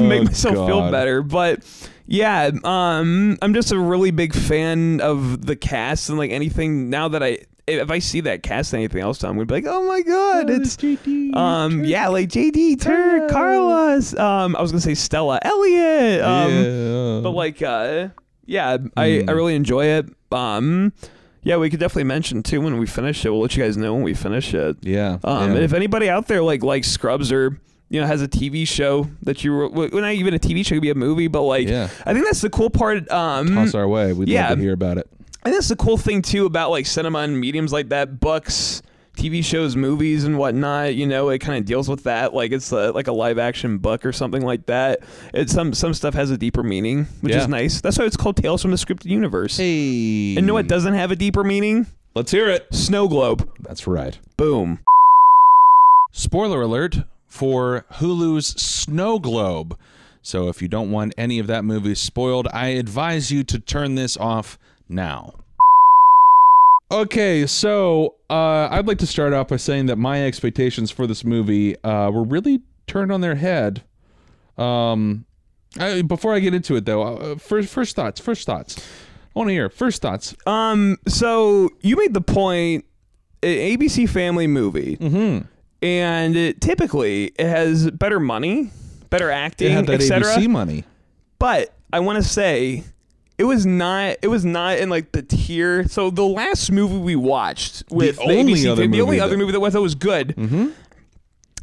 Speaker 2: make myself feel
Speaker 1: Oh, God.
Speaker 2: better. But yeah, um, I'm just a really big fan of the cast and like anything. Now that I if I see that cast and anything else, I'm gonna be like, oh my god, it's
Speaker 1: JD.
Speaker 2: um yeah like JD Turk Carlos um I was gonna say Stella Elliott um
Speaker 1: Yeah.
Speaker 2: but like uh yeah I
Speaker 1: Mm.
Speaker 2: I really enjoy it um yeah we could definitely mention too when we finish it we'll let you guys know when we finish it
Speaker 1: Yeah.
Speaker 2: um
Speaker 1: yeah.
Speaker 2: and if anybody out there like like Scrubs or you know has a TV show that you well, not even a TV show it could be a movie but like
Speaker 1: Yeah.
Speaker 2: I think that's the cool part um
Speaker 1: Toss our way. We'd
Speaker 2: yeah.
Speaker 1: love to hear about it.
Speaker 2: and that's the cool thing too about like cinema and mediums like that, books, TV shows, movies, and whatnot. You know, it kind of deals with that. Like it's a, like a live action book or something like that. It's some some stuff has a deeper meaning, which
Speaker 1: Yeah.
Speaker 2: is nice. That's why it's called Tales from the Scripted Universe.
Speaker 1: Hey.
Speaker 2: And no, it doesn't have a deeper meaning.
Speaker 1: Let's hear it.
Speaker 2: Snow globe.
Speaker 1: That's right.
Speaker 2: Boom.
Speaker 1: Spoiler alert for Hulu's Snow Globe. So if you don't want any of that movie spoiled, I advise you to turn this off now. Okay, so uh, I'd like to start off by saying that my expectations for this movie uh, were really turned on their head. Um, I, before I get into it, though, uh, first first thoughts. First thoughts. I want to hear first thoughts.
Speaker 2: Um. So you made the point. An ABC Family movie,
Speaker 1: Mm-hmm.
Speaker 2: and it, typically it has better money, better
Speaker 1: It
Speaker 2: acting,
Speaker 1: had that
Speaker 2: etc.
Speaker 1: ABC money.
Speaker 2: but I want to say it was not it was not in like the tier. So the last movie we watched with the,
Speaker 1: only
Speaker 2: ABC
Speaker 1: other
Speaker 2: thing- the
Speaker 1: movie
Speaker 2: only
Speaker 1: that-
Speaker 2: other movie that was that was good.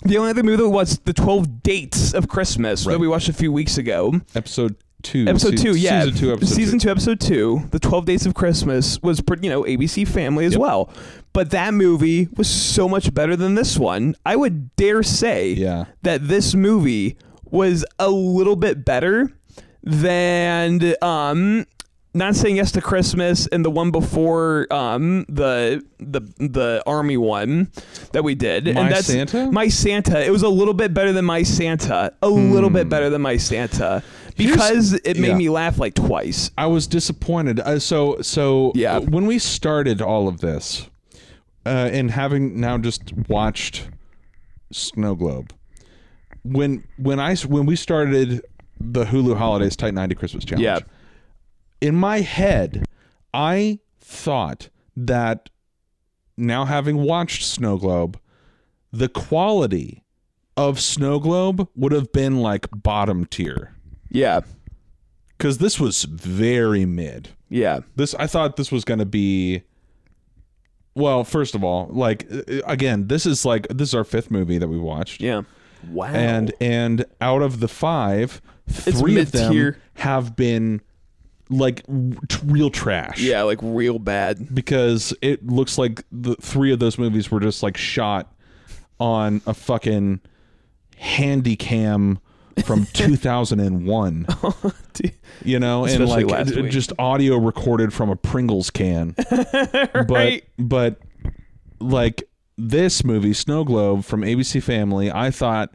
Speaker 2: The only other movie that was the Twelve Dates of Christmas that we watched a few weeks ago.
Speaker 1: Episode two.
Speaker 2: Episode
Speaker 1: Se-
Speaker 2: two, yeah,
Speaker 1: Season two, episode
Speaker 2: season two, episode two, the Twelve Days of Christmas was pretty, you know, ABC Family as well. But that movie was so much better than this one. I would dare say,
Speaker 1: Yeah.
Speaker 2: that this movie was a little bit better than um, not saying yes to Christmas and the one before um, the the the army one that we did.
Speaker 1: My
Speaker 2: and that's
Speaker 1: Santa?
Speaker 2: My Santa. It was a little bit better than My Santa. A little bit better than My Santa because it made
Speaker 1: Hmm. yeah.
Speaker 2: me laugh like twice.
Speaker 1: I was disappointed. Uh, so so
Speaker 2: Yeah.
Speaker 1: When we started all of this, uh, and having now just watched Snow Globe, when when I s- when we started the Hulu Holidays Tight Ninety Christmas Challenge,
Speaker 2: Yeah.
Speaker 1: in my head, I thought that now having watched Snow Globe, the quality of Snow Globe would have been like bottom tier
Speaker 2: Yeah.
Speaker 1: because this was very mid
Speaker 2: Yeah.
Speaker 1: this i thought this was going to be well first of all like uh, again this is like this is our fifth movie that we watched
Speaker 2: Yeah. Wow.
Speaker 1: and and out of the five three of them
Speaker 2: mid-tier.
Speaker 1: have been like w- t- real trash
Speaker 2: yeah, like real bad.
Speaker 1: because it looks like the three of those movies were just like shot on a fucking handy cam from 2001 you know
Speaker 2: Oh, Especially
Speaker 1: and like
Speaker 2: last
Speaker 1: d-
Speaker 2: week.
Speaker 1: just audio recorded from a pringles can
Speaker 2: Right.
Speaker 1: but but like this movie snow globe from abc family i thought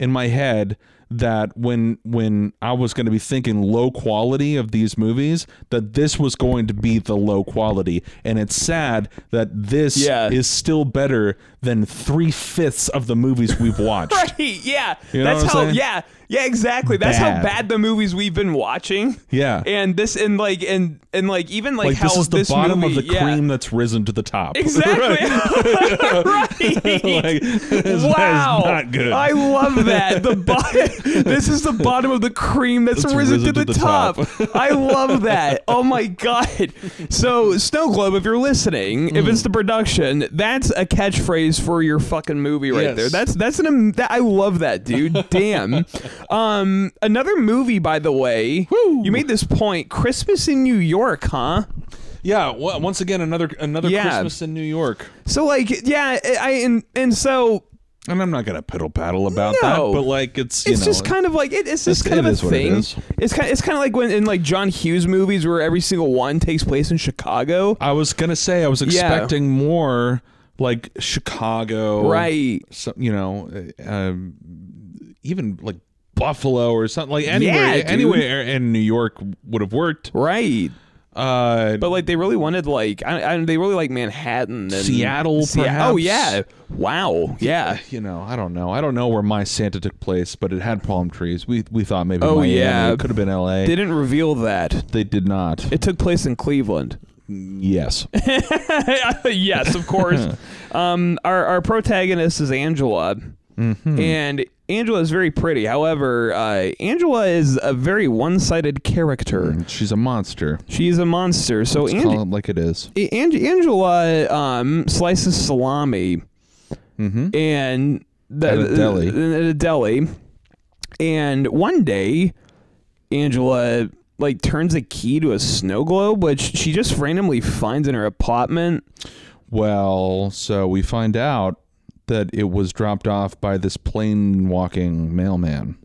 Speaker 1: in my head that when when i was going to be thinking low quality of these movies that this was going to be the low quality and it's sad that this
Speaker 2: Yeah.
Speaker 1: is still better than three-fifths of the movies we've watched
Speaker 2: Right, yeah.
Speaker 1: You know what
Speaker 2: That's
Speaker 1: I'm
Speaker 2: how
Speaker 1: saying?
Speaker 2: yeah. Yeah, exactly. That's
Speaker 1: Bad.
Speaker 2: how bad the movies we've been watching.
Speaker 1: Yeah.
Speaker 2: And this and like and and like even like,
Speaker 1: like
Speaker 2: how
Speaker 1: this is the bottom
Speaker 2: movie,
Speaker 1: of the
Speaker 2: yeah.
Speaker 1: cream that's risen to the top
Speaker 2: Exactly.
Speaker 1: like,
Speaker 2: right.
Speaker 1: this
Speaker 2: wow.
Speaker 1: is not good
Speaker 2: I love that. The bottom. this is the bottom of the cream that's
Speaker 1: That's
Speaker 2: risen, to, the, top. I love that. Oh my god. So Snow Globe, if you're listening, if it's the production, that's a catchphrase for your fucking movie right
Speaker 1: Yes.
Speaker 2: there. That's that's an. am- That, I love that, dude. Damn. Um, another movie, by the way. You made this point. Christmas in New York, huh?
Speaker 1: yeah w- once again another another
Speaker 2: Yeah.
Speaker 1: christmas in new york
Speaker 2: So like, yeah, I I- and and so
Speaker 1: And I'm not gonna piddle paddle about
Speaker 2: No.
Speaker 1: that, but like it's you
Speaker 2: it's
Speaker 1: know,
Speaker 2: just kind of like it, it's just
Speaker 1: It's- it
Speaker 2: kind of
Speaker 1: is
Speaker 2: a
Speaker 1: what it
Speaker 2: thing.
Speaker 1: is.
Speaker 2: It's kind it's kind of like when in like John Hughes movies where every single one takes place in Chicago.
Speaker 1: I was gonna say I was expecting more like Chicago,
Speaker 2: Right.
Speaker 1: So, you know, uh, um, even like Buffalo or something like anywhere,
Speaker 2: Yeah, dude.
Speaker 1: anywhere in New York would have worked.
Speaker 2: Right.
Speaker 1: Uh,
Speaker 2: But like they really wanted like I, I, they really like Manhattan and
Speaker 1: Seattle,
Speaker 2: Sea-
Speaker 1: perhaps?
Speaker 2: Oh yeah. Wow. Yeah.
Speaker 1: you know, I don't know. I don't know where my Santa took place, but it had palm trees. We we thought maybe
Speaker 2: Oh,
Speaker 1: Miami.
Speaker 2: yeah.
Speaker 1: it could have been L.A.
Speaker 2: They didn't reveal that.
Speaker 1: they did not.
Speaker 2: It took place in Cleveland.
Speaker 1: yes.
Speaker 2: yes, of course. um, our our protagonist is Angela,
Speaker 1: Mm-hmm.
Speaker 2: and Angela is very pretty. However, uh, Angela is a very one sided character.
Speaker 1: She's a monster.
Speaker 2: She's a monster. So Ange-
Speaker 1: Call it like it is.
Speaker 2: A- Ange- Angela um, slices salami and the,
Speaker 1: Mm-hmm.
Speaker 2: uh,
Speaker 1: At a deli.
Speaker 2: At a deli, and one day, Angela like turns a key to a snow globe, which she just randomly finds in her apartment.
Speaker 1: Well, so we find out that it was dropped off by this plane walking mailman.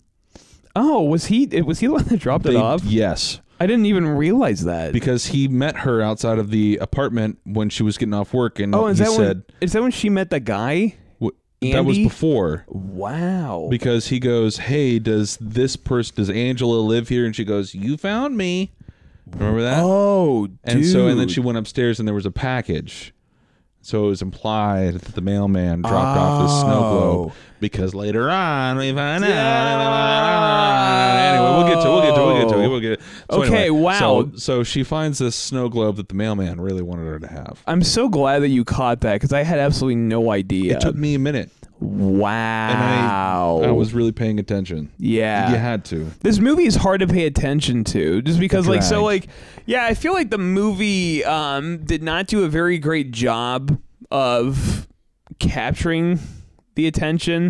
Speaker 2: Oh, was he? it- Was he the one that dropped it
Speaker 1: They-
Speaker 2: off?
Speaker 1: Yes,
Speaker 2: I didn't even realize that.
Speaker 1: because he met her outside of the apartment when she was getting off work, and
Speaker 2: oh, is
Speaker 1: he
Speaker 2: that
Speaker 1: said
Speaker 2: when? Is that when she met the guy?
Speaker 1: wh- that was
Speaker 2: Andy?
Speaker 1: before.
Speaker 2: Wow.
Speaker 1: Because he goes, "Hey, does this person, does Angela live here?" And she goes, "You found me." Remember that?
Speaker 2: oh, dude.
Speaker 1: and so, and then she went upstairs, and there was a package. So it was implied that the mailman dropped off this snow globe
Speaker 2: Oh.
Speaker 1: because later on we find out. Anyway, we'll get to we'll get to we'll get to it, we'll get to it. So
Speaker 2: Okay,
Speaker 1: anyway,
Speaker 2: wow.
Speaker 1: So, so she finds this snow globe that the mailman really wanted her to have.
Speaker 2: I'm so glad that you caught that because I had absolutely no idea.
Speaker 1: It took me a minute, and
Speaker 2: wow.
Speaker 1: I I was really paying attention.
Speaker 2: yeah.
Speaker 1: You had to.
Speaker 2: This movie is hard to pay attention to just because like so
Speaker 1: drag.
Speaker 2: like yeah, I feel like the movie um did not do a very great job of capturing
Speaker 1: Mm-hmm.
Speaker 2: the attention.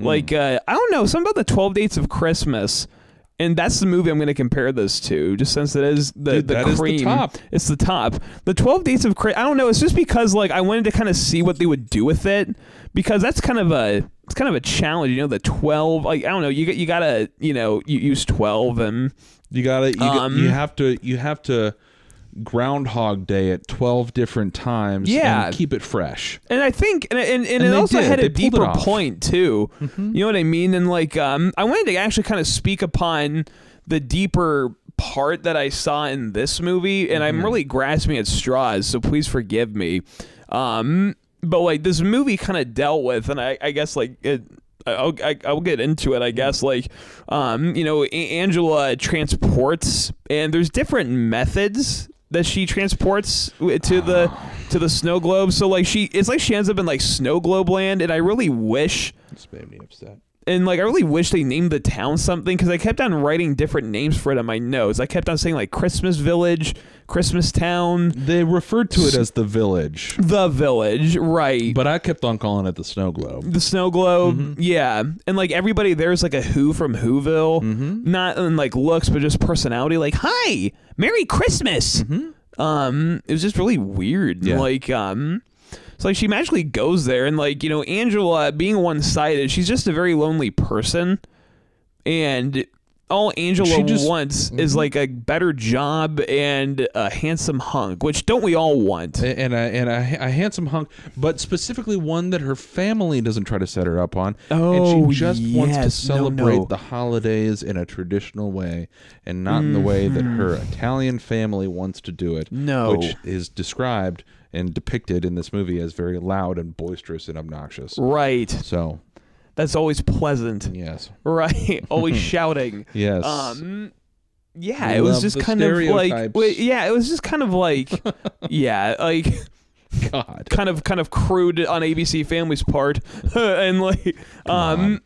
Speaker 2: Like uh I don't know, something about the 12 dates of Christmas And that's the movie I'm going to compare this to, just since it is the,
Speaker 1: Dude,
Speaker 2: the
Speaker 1: that is the
Speaker 2: cream.
Speaker 1: top.
Speaker 2: It's the top. The 12 Dates of Crazy. I don't know. It's just because like I wanted to kind of see what they would do with it because that's kind of a it's kind of a challenge. You know, the 12. Like I don't know. You got- you gotta you know you use 12 and
Speaker 1: You gotta you, got-
Speaker 2: Um,
Speaker 1: you have to you have to Groundhog Day at twelve different times.
Speaker 2: Yeah.
Speaker 1: and keep it fresh.
Speaker 2: And I think, and and, and, it
Speaker 1: they
Speaker 2: also
Speaker 1: did.
Speaker 2: had
Speaker 1: They pulled
Speaker 2: a
Speaker 1: it
Speaker 2: deeper
Speaker 1: off. Mm-hmm.
Speaker 2: point too. You know what I mean? And like, um, I wanted to actually kind of speak upon the deeper part that I saw in this movie,
Speaker 1: Mm-hmm.
Speaker 2: and I'm really grasping at straws, so please forgive me. Um, but like this movie kind of dealt with, and I, I guess like it. I'll, I, I'll get into it,
Speaker 1: Mm-hmm.
Speaker 2: I guess. Like, um, you know, A- Angela transports, and there's different methods that she transports w- to the to the snow globe. So like she, it's like she ends up in like snow globe land, and I really wish.
Speaker 1: This made me upset.
Speaker 2: And like I really wish they named the town something because I kept on writing different names for it on my notes. I kept on saying like Christmas Village, Christmas Town,
Speaker 1: They referred to it as the village,
Speaker 2: the Village, right?
Speaker 1: but I kept on calling it the snow globe.
Speaker 2: the snow globe
Speaker 1: Mm-hmm.
Speaker 2: yeah and like everybody there's like a who from whoville
Speaker 1: Mm-hmm.
Speaker 2: not in like looks but just personality like hi merry christmas um it was just really weird
Speaker 1: Mm-hmm. Yeah.
Speaker 2: like um so like she magically goes there and like you know angela being one-sided she's just a very lonely person and all angela
Speaker 1: She just- Mm-hmm.
Speaker 2: wants is like a better job and a handsome hunk which don't we all want
Speaker 1: A- And a, and a, a handsome hunk, but specifically one that her family doesn't try to set her up on. and
Speaker 2: Oh,
Speaker 1: she just wants to
Speaker 2: yes. No,
Speaker 1: celebrate
Speaker 2: no.
Speaker 1: the holidays in a traditional way and not in the way that her Italian family wants to do it.
Speaker 2: Mm-hmm. No.
Speaker 1: Which is described and depicted in this movie as very loud and boisterous and obnoxious.
Speaker 2: right
Speaker 1: So,
Speaker 2: that's always pleasant
Speaker 1: yes.
Speaker 2: right always shouting
Speaker 1: Yes.
Speaker 2: um yeah
Speaker 1: We
Speaker 2: it was
Speaker 1: love
Speaker 2: just
Speaker 1: the
Speaker 2: kind of like
Speaker 1: stereotypes.
Speaker 2: wait, yeah it was just kind of like yeah like
Speaker 1: God.
Speaker 2: kind of kind of crude on abc family's part and like um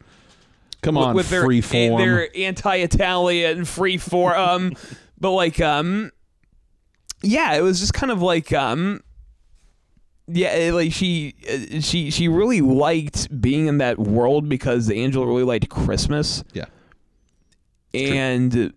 Speaker 1: Come
Speaker 2: with-
Speaker 1: on,
Speaker 2: with their
Speaker 1: free
Speaker 2: and
Speaker 1: form.
Speaker 2: their anti-Italian free form. Um, but like, um, yeah, it was just kind of like, um, yeah, it- like she uh, she she really liked being in that world because Angela really liked Christmas.
Speaker 1: Yeah.
Speaker 2: and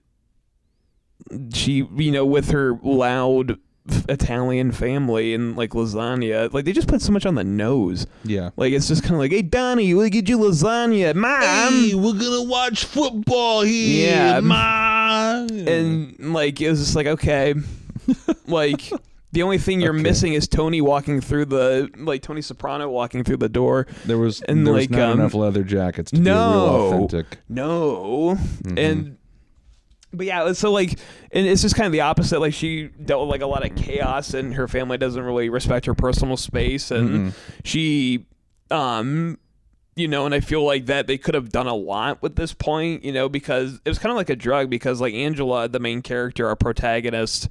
Speaker 2: she, you know, with her loud. f- Italian family and like lasagna, like they just put so much on the nose.
Speaker 1: yeah.
Speaker 2: Like it's just kind of like, hey Donnie, we'll get you lasagna, mom.
Speaker 1: we're gonna watch football here.
Speaker 2: Yeah.
Speaker 1: Ma.
Speaker 2: and like it was just like okay like the only thing you're
Speaker 1: Okay.
Speaker 2: missing is tony walking through the like tony soprano walking through the door
Speaker 1: there was
Speaker 2: and
Speaker 1: there
Speaker 2: like,
Speaker 1: was not
Speaker 2: um,
Speaker 1: enough leather jackets to be
Speaker 2: no.
Speaker 1: real authentic.
Speaker 2: no and but yeah so like and it's just kind of the opposite like she dealt with like a lot of chaos and her family doesn't really respect her personal space and she um you know and i feel like that they could have done a lot with this point you know because it was kind of like a drug because like angela the main character our protagonist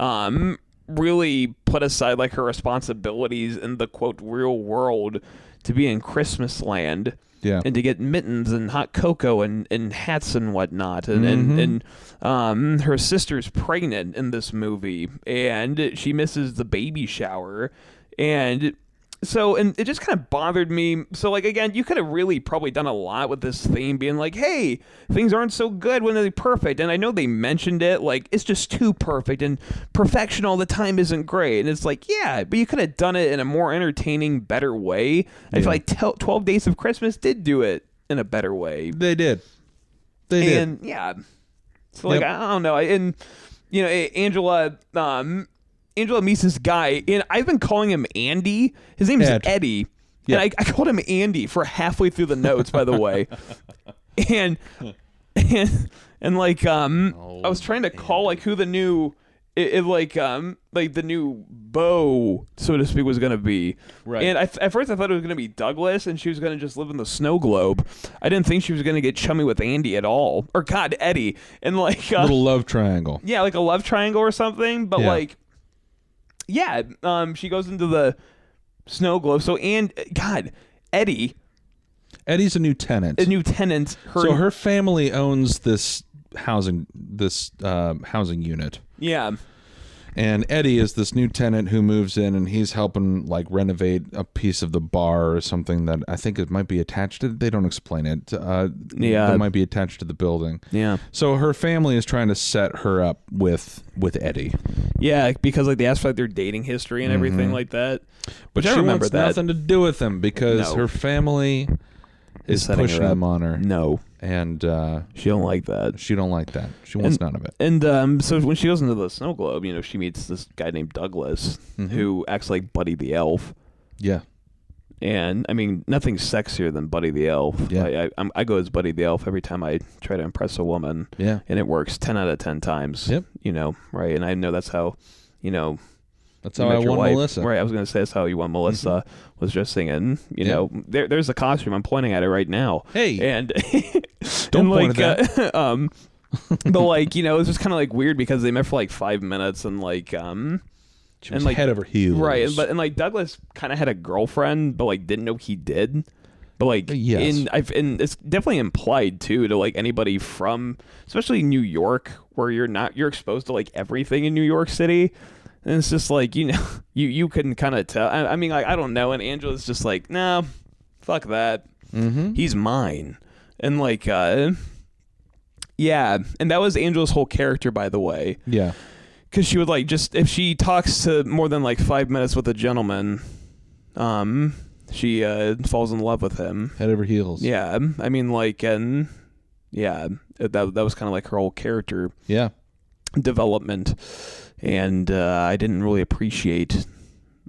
Speaker 2: um really put aside like her responsibilities in the quote real world to be in christmas land
Speaker 1: Yeah.
Speaker 2: and to get mittens and hot cocoa and, and hats and whatnot. And, and, and um, her sister's pregnant in this movie, and she misses the baby shower. And so, and it just kind of bothered me. So, like, again, you could have really probably done a lot with this theme being like, hey, things aren't so good when they're perfect. And I know they mentioned it, like, it's just too perfect, and perfection all the time isn't great. And it's like, yeah, but you could have done it in a more entertaining, better way. I feel like tel- 12 Days of Christmas did do it in a better way.
Speaker 1: They did. They did.
Speaker 2: And yeah. So like
Speaker 1: Yep.
Speaker 2: I don't know. I- And you know, A- Angela um Angela meets this guy and I've been calling him Andy. His name is
Speaker 1: Ed.
Speaker 2: Eddie.
Speaker 1: Yeah.
Speaker 2: And I, I called him Andy for halfway through the notes, by the way. And and, and like um I
Speaker 1: Oh,
Speaker 2: was trying to call like who the new it, it like um like the new beau so to speak was gonna be
Speaker 1: Right.
Speaker 2: and I, at first i thought it was gonna be douglas and she was gonna just live in the snow globe i didn't think she was gonna get chummy with andy at all or god eddie and like uh,
Speaker 1: Little love triangle.
Speaker 2: yeah like a love triangle or something but
Speaker 1: Yeah.
Speaker 2: like yeah um she goes into the snow globe so and god eddie
Speaker 1: Eddie's a new tenant.
Speaker 2: a new tenant her,
Speaker 1: so her family owns this housing this um housing uh, unit.
Speaker 2: yeah
Speaker 1: And Eddie is this new tenant who moves in, and he's helping like renovate a piece of the bar or something that I think it might be attached to. They don't explain it. Uh,
Speaker 2: Yeah.
Speaker 1: it might be attached to the building.
Speaker 2: Yeah.
Speaker 1: So her family is trying to set her up with with Eddie,
Speaker 5: Yeah, because like they asked for like their dating history and
Speaker 1: Mm-hmm.
Speaker 5: everything like that.
Speaker 1: but
Speaker 5: I
Speaker 1: she
Speaker 5: remember
Speaker 1: wants
Speaker 5: that.
Speaker 1: nothing to do with him because
Speaker 5: No.
Speaker 1: her family is
Speaker 2: setting her
Speaker 1: pushing
Speaker 2: up.
Speaker 1: them on her,
Speaker 2: No,
Speaker 1: and uh,
Speaker 2: she don't like that.
Speaker 1: she don't like that. She wants none of it.
Speaker 2: And um, so when she goes into the snow globe, you know, she meets this guy named Douglas who acts like Buddy the Elf.
Speaker 1: Mm-hmm. Yeah,
Speaker 2: And I mean, nothing's sexier than Buddy the Elf.
Speaker 1: Yeah.
Speaker 2: I, I, I'm, I go as Buddy the Elf every time I try to impress a woman,
Speaker 1: yeah.
Speaker 2: and it works ten out of ten times.
Speaker 1: Yep.
Speaker 2: You know, right? And I know that's how, you know,
Speaker 1: That's
Speaker 2: you
Speaker 1: how I
Speaker 2: met your
Speaker 1: won
Speaker 2: wife.
Speaker 1: Melissa. Mm-hmm.
Speaker 2: Right. I was gonna say that's how you won Melissa was dressing in. You
Speaker 1: Yeah.
Speaker 2: know, there, there's a costume. I'm pointing at it right now.
Speaker 1: Hey.
Speaker 2: And
Speaker 1: Don't
Speaker 2: and
Speaker 1: point
Speaker 2: like,
Speaker 1: at
Speaker 2: Uh, um, but like you know, it was just kind of like weird because they met for like five minutes and like um.
Speaker 1: She was
Speaker 2: and, like-
Speaker 1: head over heels.
Speaker 2: Right, and- but and like Douglas kind of had a girlfriend, but like didn't know he did. But like,
Speaker 1: Uh, yes.
Speaker 2: in I've and it's definitely implied too to like anybody from, especially New York, where you're not you're exposed to like everything in New York City, and it's just like you know you you can kind of tell. I, I mean, like I don't know, and Angela's just like, nah, fuck that, mm-hmm. he's mine, and like, uh, yeah, and that was Angela's whole character, by the way
Speaker 1: yeah.
Speaker 2: because she would like just if she talks to more than like five minutes with a gentleman, um, she uh falls in love with him.
Speaker 1: Head over heels.
Speaker 2: Yeah, I mean like and yeah, that that was kind of like her whole character
Speaker 1: Yeah.
Speaker 2: development, and uh, I didn't really appreciate.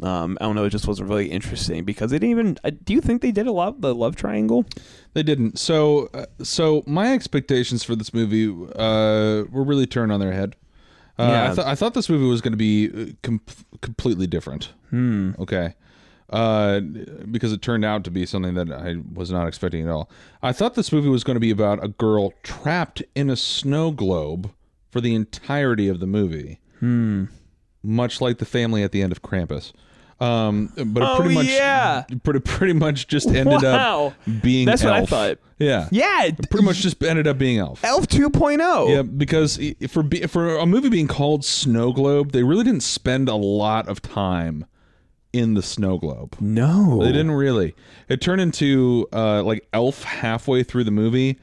Speaker 2: Um, I don't know. It just wasn't really interesting because they didn't even. Uh, do you think they did a lot of the love triangle?
Speaker 1: They didn't. So, uh, so my expectations for this movie uh, were really turned on their head. Uh, I,
Speaker 2: Yeah.
Speaker 1: th- I thought this movie was going to be uh, com- completely different. Hmm. Okay. Uh, because it turned out to be something that I was not expecting at all. I thought this movie was going to be about a girl trapped in a snow globe for the entirety of the movie. Hmm. Much like the family at the end of Krampus. Um, but it
Speaker 2: Oh,
Speaker 1: pretty much,
Speaker 2: yeah.
Speaker 1: pretty, pretty much just ended
Speaker 2: Wow.
Speaker 1: up being
Speaker 2: That's what I
Speaker 1: Elf.
Speaker 2: thought.
Speaker 1: Yeah.
Speaker 2: Yeah,
Speaker 1: Pretty much just ended up being Elf. oh.
Speaker 2: Elf 2.0.
Speaker 1: Yeah, because i- for be- for a movie being called Snow Globe, they really didn't spend a lot of time in the snow globe.
Speaker 2: No,
Speaker 1: They didn't really. It turned into uh, like Elf halfway through the movie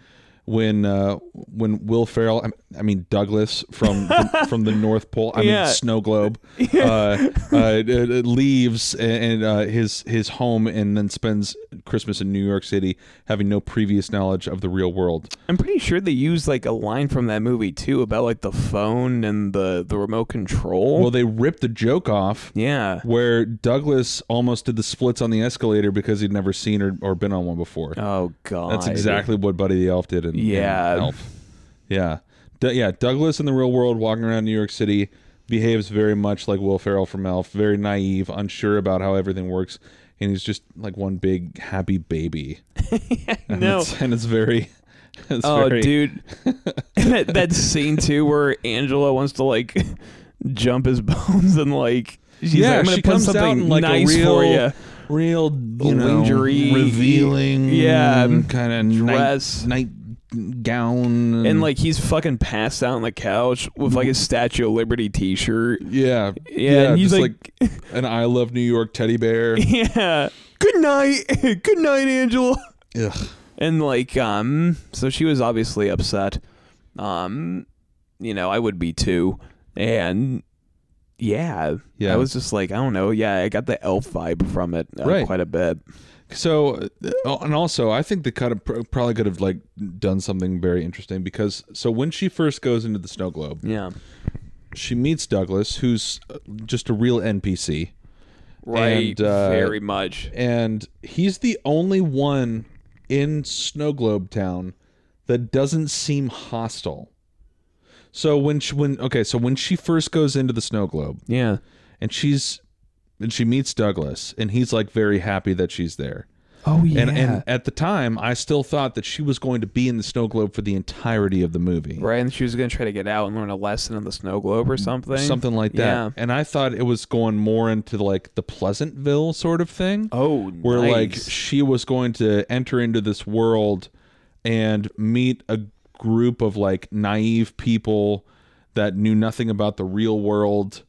Speaker 1: when uh, when Will Ferrell, I- I mean Douglas from from the North Pole, I
Speaker 2: Yeah.
Speaker 1: mean Snow Globe, uh, uh, it- it leaves and uh, his his home and then spends Christmas in New York City, having no previous knowledge of the real world.
Speaker 2: I'm pretty sure they used like a line from that movie too about like the phone and the the remote control.
Speaker 1: Well, they ripped the joke off.
Speaker 2: Oh. yeah.
Speaker 1: Where Douglas almost did the splits on the escalator because he'd never seen or, or been on one before.
Speaker 2: Oh god.
Speaker 1: That's exactly what Buddy the Elf did in, in
Speaker 2: Yeah.
Speaker 1: Elf. Yeah. D- yeah, Douglas in the real world walking around New York City behaves very much like Will Ferrell from Elf, very naive, unsure about how everything works, and he's just like one big happy baby. and
Speaker 2: No.
Speaker 1: It's, and it's very it's
Speaker 2: Oh
Speaker 1: very,
Speaker 2: dude. that, that scene too where Angela wants to like jump his bones and like she's like,
Speaker 1: yeah,
Speaker 2: I'm gonna
Speaker 1: she
Speaker 2: put
Speaker 1: comes
Speaker 2: something
Speaker 1: out in like
Speaker 2: nice
Speaker 1: a real,
Speaker 2: for you.
Speaker 1: real, you know,
Speaker 2: Lingerie.
Speaker 1: revealing,
Speaker 2: Yeah,
Speaker 1: kind of
Speaker 2: dress.
Speaker 1: night, Mm. night gown,
Speaker 2: And like he's fucking passed out on the couch with like a Statue of Liberty t-shirt.
Speaker 1: yeah,
Speaker 2: Yeah, and he's
Speaker 1: just
Speaker 2: like-
Speaker 1: an I love New York teddy bear.
Speaker 2: Yeah. Good night. Good night, Angela.
Speaker 1: Ugh.
Speaker 2: and like um so she was obviously upset um you know i would be too and yeah
Speaker 1: Yeah.
Speaker 2: i was just like i don't know yeah i got the elf vibe from it uh,
Speaker 1: Right.
Speaker 2: quite a bit
Speaker 1: So, uh, and also, I think they could have pr- probably could have like done something very interesting because so when she first goes into the snow globe,
Speaker 2: yeah
Speaker 1: she meets Douglas, who's uh, just a real NPC.
Speaker 2: right
Speaker 1: And, uh,
Speaker 2: very much
Speaker 1: and he's the only one in Snow Globe Town that doesn't seem hostile. So when she, when okay, so when she first goes into the Snow Globe
Speaker 2: yeah
Speaker 1: and she's and she meets Douglas and he's like very happy that she's there.
Speaker 2: oh yeah
Speaker 1: And and at the time I still thought that she was going to be in the Snow Globe for the entirety of the movie.
Speaker 2: right and she was gonna try to get out and learn a lesson in the snow globe or something
Speaker 1: Something like that.
Speaker 2: Yeah.
Speaker 1: And I thought it was going more into like the Pleasantville sort of thing.
Speaker 2: oh
Speaker 1: where like
Speaker 2: nice.
Speaker 1: she was going to enter into this world and meet a group of like naive people that knew nothing about the real world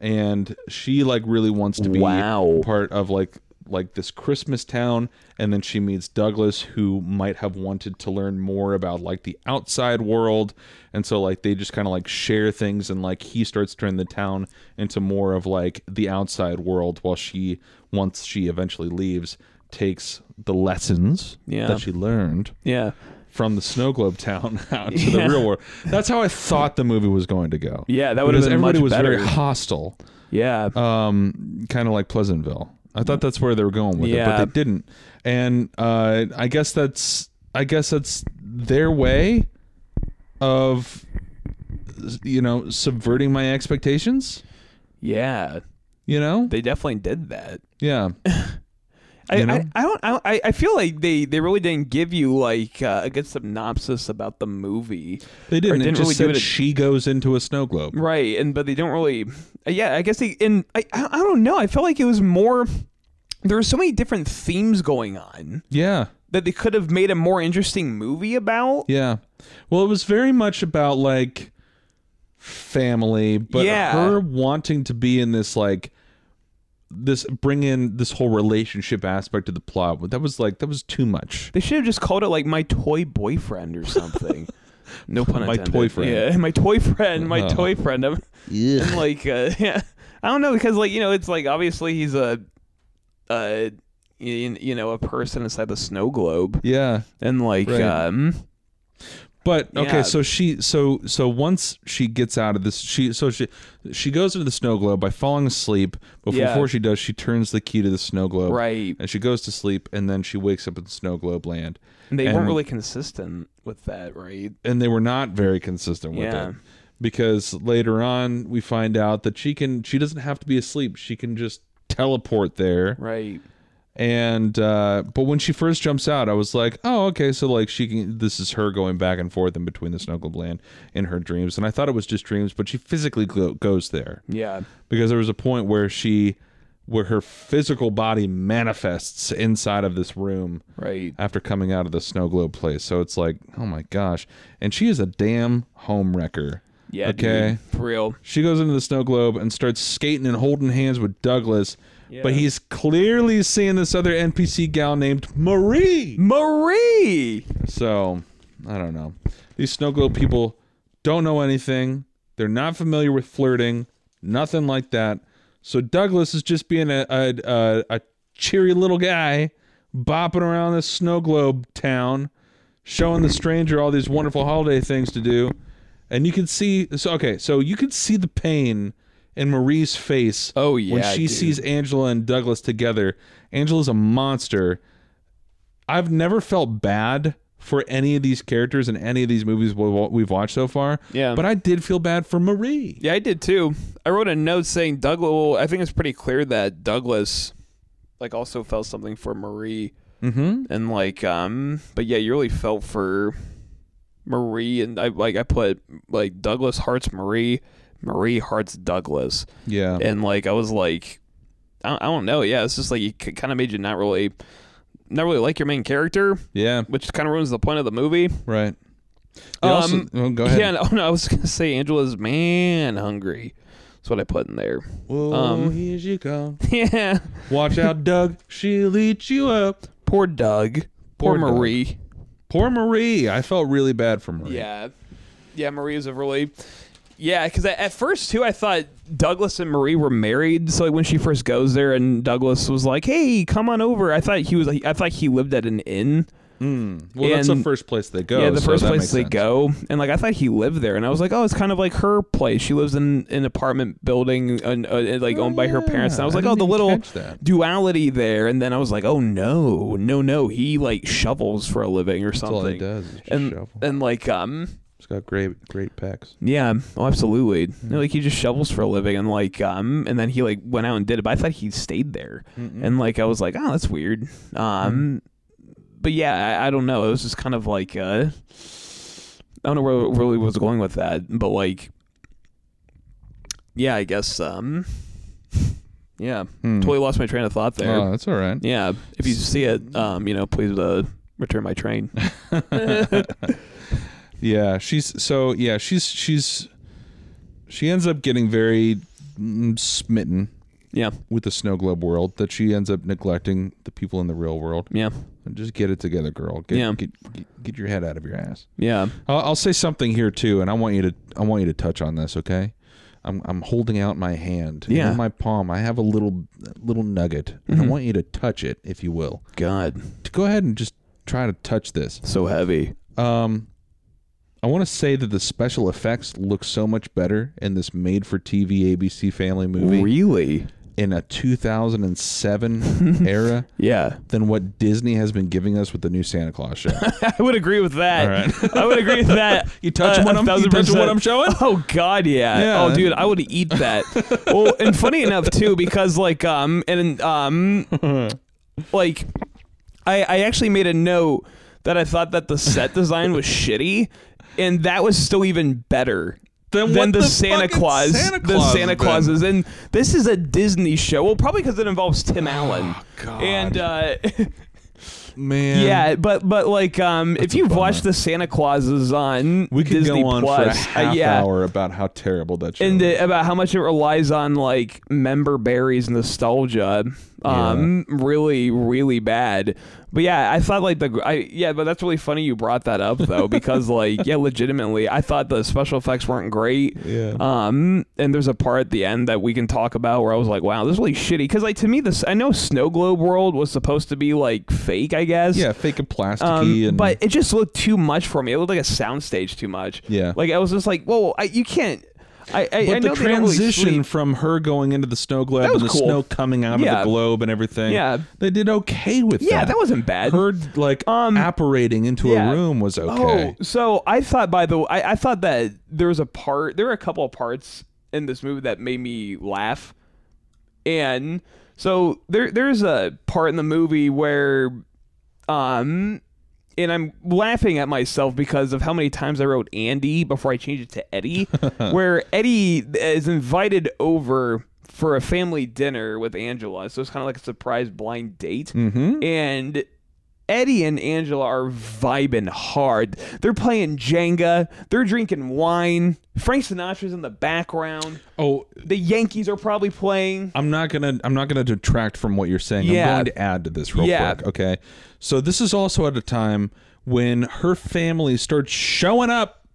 Speaker 1: and she like really wants to be
Speaker 2: Wow.
Speaker 1: part of like like this Christmas town and then she meets Douglas who might have wanted to learn more about like the outside world and so like they just kind of like share things and like he starts turning the town into more of like the outside world while she once she eventually leaves takes the lessons
Speaker 2: Yeah.
Speaker 1: that she learned
Speaker 2: Yeah.
Speaker 1: from the snow globe town out to the real world. That's how I thought the movie was going to go.
Speaker 2: Yeah, that would've
Speaker 1: Because
Speaker 2: been
Speaker 1: everybody
Speaker 2: much
Speaker 1: was very
Speaker 2: better.
Speaker 1: hostile,
Speaker 2: Yeah.
Speaker 1: um, kind of like Pleasantville. I thought that's where they were going with it,
Speaker 2: Yeah.
Speaker 1: but they didn't. And uh, I guess that's I guess that's their way of you know subverting my expectations.
Speaker 2: yeah.
Speaker 1: You know,
Speaker 2: They definitely did that.
Speaker 1: yeah,
Speaker 2: I,
Speaker 1: You know?
Speaker 2: I, I don't I, I feel like they, they really didn't give you like uh, a good synopsis about the movie.
Speaker 1: they didn't.
Speaker 2: didn't
Speaker 1: it just
Speaker 2: really
Speaker 1: said
Speaker 2: give it a-
Speaker 1: she goes into a snow globe.
Speaker 2: Right, and but they don't really. Yeah, I guess they. And I, I, I don't know. I felt like it was more. There were so many different themes going on
Speaker 1: Yeah,
Speaker 2: that they could have made a more interesting movie about.
Speaker 1: Yeah. Well, it was very much about like family, but
Speaker 2: Yeah.
Speaker 1: her wanting to be in this like this bring in this whole relationship aspect of the plot. That was like that was too much.
Speaker 2: They should have just called it like my toy boyfriend or something. no pun
Speaker 1: My
Speaker 2: intended.
Speaker 1: toy friend.
Speaker 2: Yeah, my toy friend. My
Speaker 1: Oh.
Speaker 2: toy friend. I'm, I'm like, uh, yeah. I don't know because like you know it's like obviously he's a, uh, you, you know a person inside the snow globe
Speaker 1: Yeah.
Speaker 2: and like
Speaker 1: Right.
Speaker 2: um
Speaker 1: But okay,
Speaker 2: Yeah.
Speaker 1: so she so so once she gets out of this she so she she goes into the snow globe by falling asleep, but
Speaker 2: Yeah.
Speaker 1: before she does, she turns the key to the snow globe.
Speaker 2: right
Speaker 1: And she goes to sleep and then she wakes up in snow globe land.
Speaker 2: And they
Speaker 1: And-
Speaker 2: weren't really consistent with that, right?
Speaker 1: and they were not very consistent with
Speaker 2: Yeah.
Speaker 1: it because later on we find out that she can she doesn't have to be asleep she can just teleport there
Speaker 2: Right.
Speaker 1: and uh but when she first jumps out i was like oh okay so like she can this is her going back and forth in between the snow globe land in her dreams and i thought it was just dreams but she physically go- goes there
Speaker 2: Yeah.
Speaker 1: because there was a point where she where her physical body manifests inside of this room
Speaker 2: Right.
Speaker 1: after coming out of the snow globe place. So it's like, oh my gosh. And she is a damn home wrecker.
Speaker 2: Yeah.
Speaker 1: Okay.
Speaker 2: dude, for real.
Speaker 1: She goes into the snow globe and starts skating and holding hands with Douglas. But
Speaker 2: Yeah.
Speaker 1: he's clearly seeing this other NPC gal named Marie.
Speaker 2: Marie.
Speaker 1: So I don't know. These snow globe people don't know anything. They're not familiar with flirting, nothing like that. So Douglas is just being a a, a, a cheery little guy, bopping around this snow globe town, showing the stranger all these wonderful holiday things to do. And you can see so okay, so you can see the pain in Marie's face
Speaker 2: Oh,
Speaker 1: when
Speaker 2: yeah,
Speaker 1: she
Speaker 2: dude.
Speaker 1: sees Angela and Douglas together. Angela's a monster. I've never felt bad for any of these characters in any of these movies we- we've watched so far.
Speaker 2: Yeah.
Speaker 1: But I did feel bad for Marie.
Speaker 2: Yeah, I did too. I wrote a note saying Douglas. Well, I think it's pretty clear that Douglas, like, also felt something for Marie,
Speaker 1: Mm-hmm.
Speaker 2: and like, um, but yeah, you really felt for Marie, and I like I put like Douglas hearts Marie, Marie hearts Douglas.
Speaker 1: Yeah.
Speaker 2: and like I was like, I don't, I don't know. Yeah, it's just like it kind of made you not really, not really like your main character,
Speaker 1: Yeah.
Speaker 2: which kind of ruins the point of the movie.
Speaker 1: Right. They also-
Speaker 2: Um,
Speaker 1: oh, go ahead.
Speaker 2: Yeah, no, no, I was gonna say Angela's man hungry. That's what I put in there.
Speaker 1: Whoa,
Speaker 2: um,
Speaker 1: here she comes.
Speaker 2: yeah,
Speaker 1: Watch out, Doug. She'll eat you up.
Speaker 2: poor Doug,
Speaker 1: Poor
Speaker 2: poor,
Speaker 1: Doug.
Speaker 2: Marie.
Speaker 1: Poor Marie. I felt really bad for Marie.
Speaker 2: Yeah, yeah, Marie is a really. Yeah, because at first too, I thought Douglas and Marie were married. So like when she first goes there, and Douglas was like, "Hey, come on over." I thought he was. I thought he lived at an inn.
Speaker 1: Mm. Well, that's the
Speaker 2: And-
Speaker 1: first place they go.
Speaker 2: yeah, the
Speaker 1: so
Speaker 2: first
Speaker 1: that
Speaker 2: place
Speaker 1: makes
Speaker 2: they
Speaker 1: sense.
Speaker 2: go, and like I thought he lived there, and I was like, oh, it's kind of like her place. She lives in an apartment building, and, uh, and, like owned by her parents. And I was
Speaker 1: I
Speaker 2: like, oh,
Speaker 1: didn't
Speaker 2: the
Speaker 1: even
Speaker 2: little
Speaker 1: catch that.
Speaker 2: duality there. And then I was like, oh no, no, no, he like shovels for a living or
Speaker 1: That's all he
Speaker 2: something.
Speaker 1: does. Is just
Speaker 2: and
Speaker 1: shovel.
Speaker 2: and like um
Speaker 1: He's got great, great pecs.
Speaker 2: yeah, oh absolutely. No, like he just shovels for a living, and like um and then he like went out and did it. But I thought he stayed there, and like I was like, oh, that's weird. Um, but yeah, I, I don't know. It was just kind of like uh, I don't know where it really was going with that, but like, yeah, I guess um, yeah, totally lost my train of thought there.
Speaker 1: Hmm. Oh, that's all right.
Speaker 2: yeah, if you see it, um, you know, please uh, return my train.
Speaker 1: Yeah, she's so yeah, she's she's she ends up getting very mm, smitten
Speaker 2: Yeah.
Speaker 1: with the snow globe world that she ends up neglecting the people in the real world.
Speaker 2: Yeah.
Speaker 1: Just get it together, girl. Get,
Speaker 2: Yeah.
Speaker 1: get, get get your head out of your ass.
Speaker 2: Yeah.
Speaker 1: I'll, I'll say something here too, and I want you to I want you to touch on this, okay? I'm I'm holding out my hand. and
Speaker 2: Yeah. Mm-hmm.
Speaker 1: In my palm, I have a little little nugget, and I want you to touch it, if you will.
Speaker 2: God.
Speaker 1: To go ahead and just try to touch this.
Speaker 2: So heavy.
Speaker 1: Um, I want to say that the special effects look so much better in this made-for-TV ABC family movie
Speaker 2: Really?
Speaker 1: in a 2007 era
Speaker 2: Yeah.
Speaker 1: than what Disney has been giving us with the new Santa Claus show.
Speaker 2: I would agree with that.
Speaker 1: All
Speaker 2: I would agree with that.
Speaker 1: You touching
Speaker 2: Uh, a
Speaker 1: what I'm- you
Speaker 2: thousand
Speaker 1: touching what
Speaker 2: percent.
Speaker 1: I'm showing?
Speaker 2: Oh God, yeah.
Speaker 1: Yeah.
Speaker 2: Oh, dude, I would eat that. well, and funny enough too, because like um and um like I I actually made a note that I thought that the set design was shitty, and that was still even better.
Speaker 1: Then
Speaker 2: than
Speaker 1: what
Speaker 2: the,
Speaker 1: the
Speaker 2: Santa
Speaker 1: fucking
Speaker 2: Claus,
Speaker 1: Santa
Speaker 2: the
Speaker 1: Claus
Speaker 2: Santa
Speaker 1: has been?
Speaker 2: Claus is, and this is a Disney show. Well, probably because it involves
Speaker 1: Oh,
Speaker 2: Tim Allen, and uh,
Speaker 1: Man,
Speaker 2: yeah, but but like um, if
Speaker 1: a
Speaker 2: you've
Speaker 1: bummer.
Speaker 2: watched the Santa Clauses on
Speaker 1: We could
Speaker 2: Disney
Speaker 1: go on
Speaker 2: Plus,
Speaker 1: for a
Speaker 2: uh,
Speaker 1: half
Speaker 2: yeah,
Speaker 1: hour about how terrible that show
Speaker 2: and
Speaker 1: is.
Speaker 2: the, about how much it relies on like member berries nostalgia, um, really really bad. But yeah, I thought like the I yeah, but that's really funny you brought that up though because like yeah, legitimately, I thought the special effects weren't great.
Speaker 1: Yeah.
Speaker 2: Um, and there's a part at the end that we can talk about where I was like, wow, this is really shitty because like to me this I know Snow Globe World was supposed to be like fake, I guess.
Speaker 1: yeah, fake and plasticky,
Speaker 2: Um,
Speaker 1: and
Speaker 2: but it just looked too much for me. It looked like a soundstage too much.
Speaker 1: Yeah.
Speaker 2: like I was just like, whoa, I, you can't. I, I,
Speaker 1: But the
Speaker 2: I know they don't really
Speaker 1: transition
Speaker 2: sleep.
Speaker 1: from her going into the snow globe
Speaker 2: That
Speaker 1: and
Speaker 2: was
Speaker 1: the
Speaker 2: cool.
Speaker 1: snow coming out
Speaker 2: Yeah.
Speaker 1: of the globe and everything,
Speaker 2: Yeah.
Speaker 1: they did okay with that.
Speaker 2: Yeah, that wasn't bad.
Speaker 1: Her like
Speaker 2: Um,
Speaker 1: apparating into
Speaker 2: yeah.
Speaker 1: a room was okay.
Speaker 2: Oh, so I thought by the I, I thought that there was a part there were a couple of parts in this movie that made me laugh. And so there there's a part in the movie where um and I'm laughing at myself because of how many times I wrote Andy before I changed it to Eddie, where Eddie is invited over for a family dinner with Angela. So it's kind of like a surprise blind date. And Eddie and Angela are vibing hard. They're playing Jenga, they're drinking wine. Frank Sinatra's in the background.
Speaker 1: Oh,
Speaker 2: The Yankees are probably playing.
Speaker 1: I'm not gonna I'm not gonna detract from what you're saying.
Speaker 2: Mm-hmm. Yeah.
Speaker 1: I'm going to add to this real
Speaker 2: Yeah.
Speaker 1: quick. Okay. So this is also at a time when her family starts showing up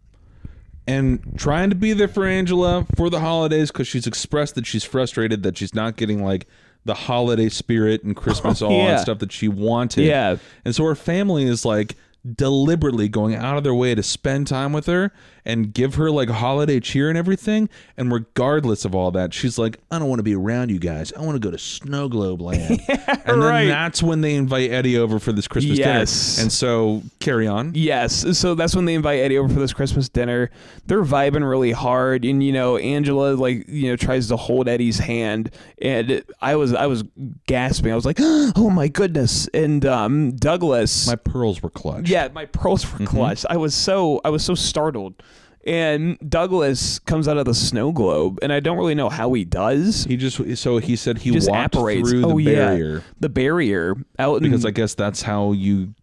Speaker 1: and trying to be there for Angela for the holidays because she's expressed that she's frustrated that she's not getting like the holiday spirit and Christmas all
Speaker 2: Oh, Yeah.
Speaker 1: and stuff that she wanted.
Speaker 2: Yeah.
Speaker 1: And so her family is like deliberately going out of their way to spend time with her and give her like holiday cheer and everything. And regardless of all that, she's like, I don't want to be around you guys. I want to go to snow globe land. and then
Speaker 2: right.
Speaker 1: that's when they invite Eddie over for this Christmas
Speaker 2: Yes.
Speaker 1: dinner. And so carry on.
Speaker 2: Yes, so that's when they invite Eddie over for this Christmas dinner. They're vibing really hard, and you know Angela like you know tries to hold Eddie's hand, and I was I was gasping. I was like, oh my goodness! And um, Douglas,
Speaker 1: My pearls were clutched.
Speaker 2: yeah, my pearls
Speaker 1: Mm-hmm.
Speaker 2: were clutched. I was so I was so startled. And Douglas comes out of the snow globe, and I don't really know how he does.
Speaker 1: He just so he said he
Speaker 2: just
Speaker 1: walked
Speaker 2: apparates
Speaker 1: through the
Speaker 2: oh, yeah. Mm.
Speaker 1: barrier
Speaker 2: the barrier out in
Speaker 1: because I guess that's how you.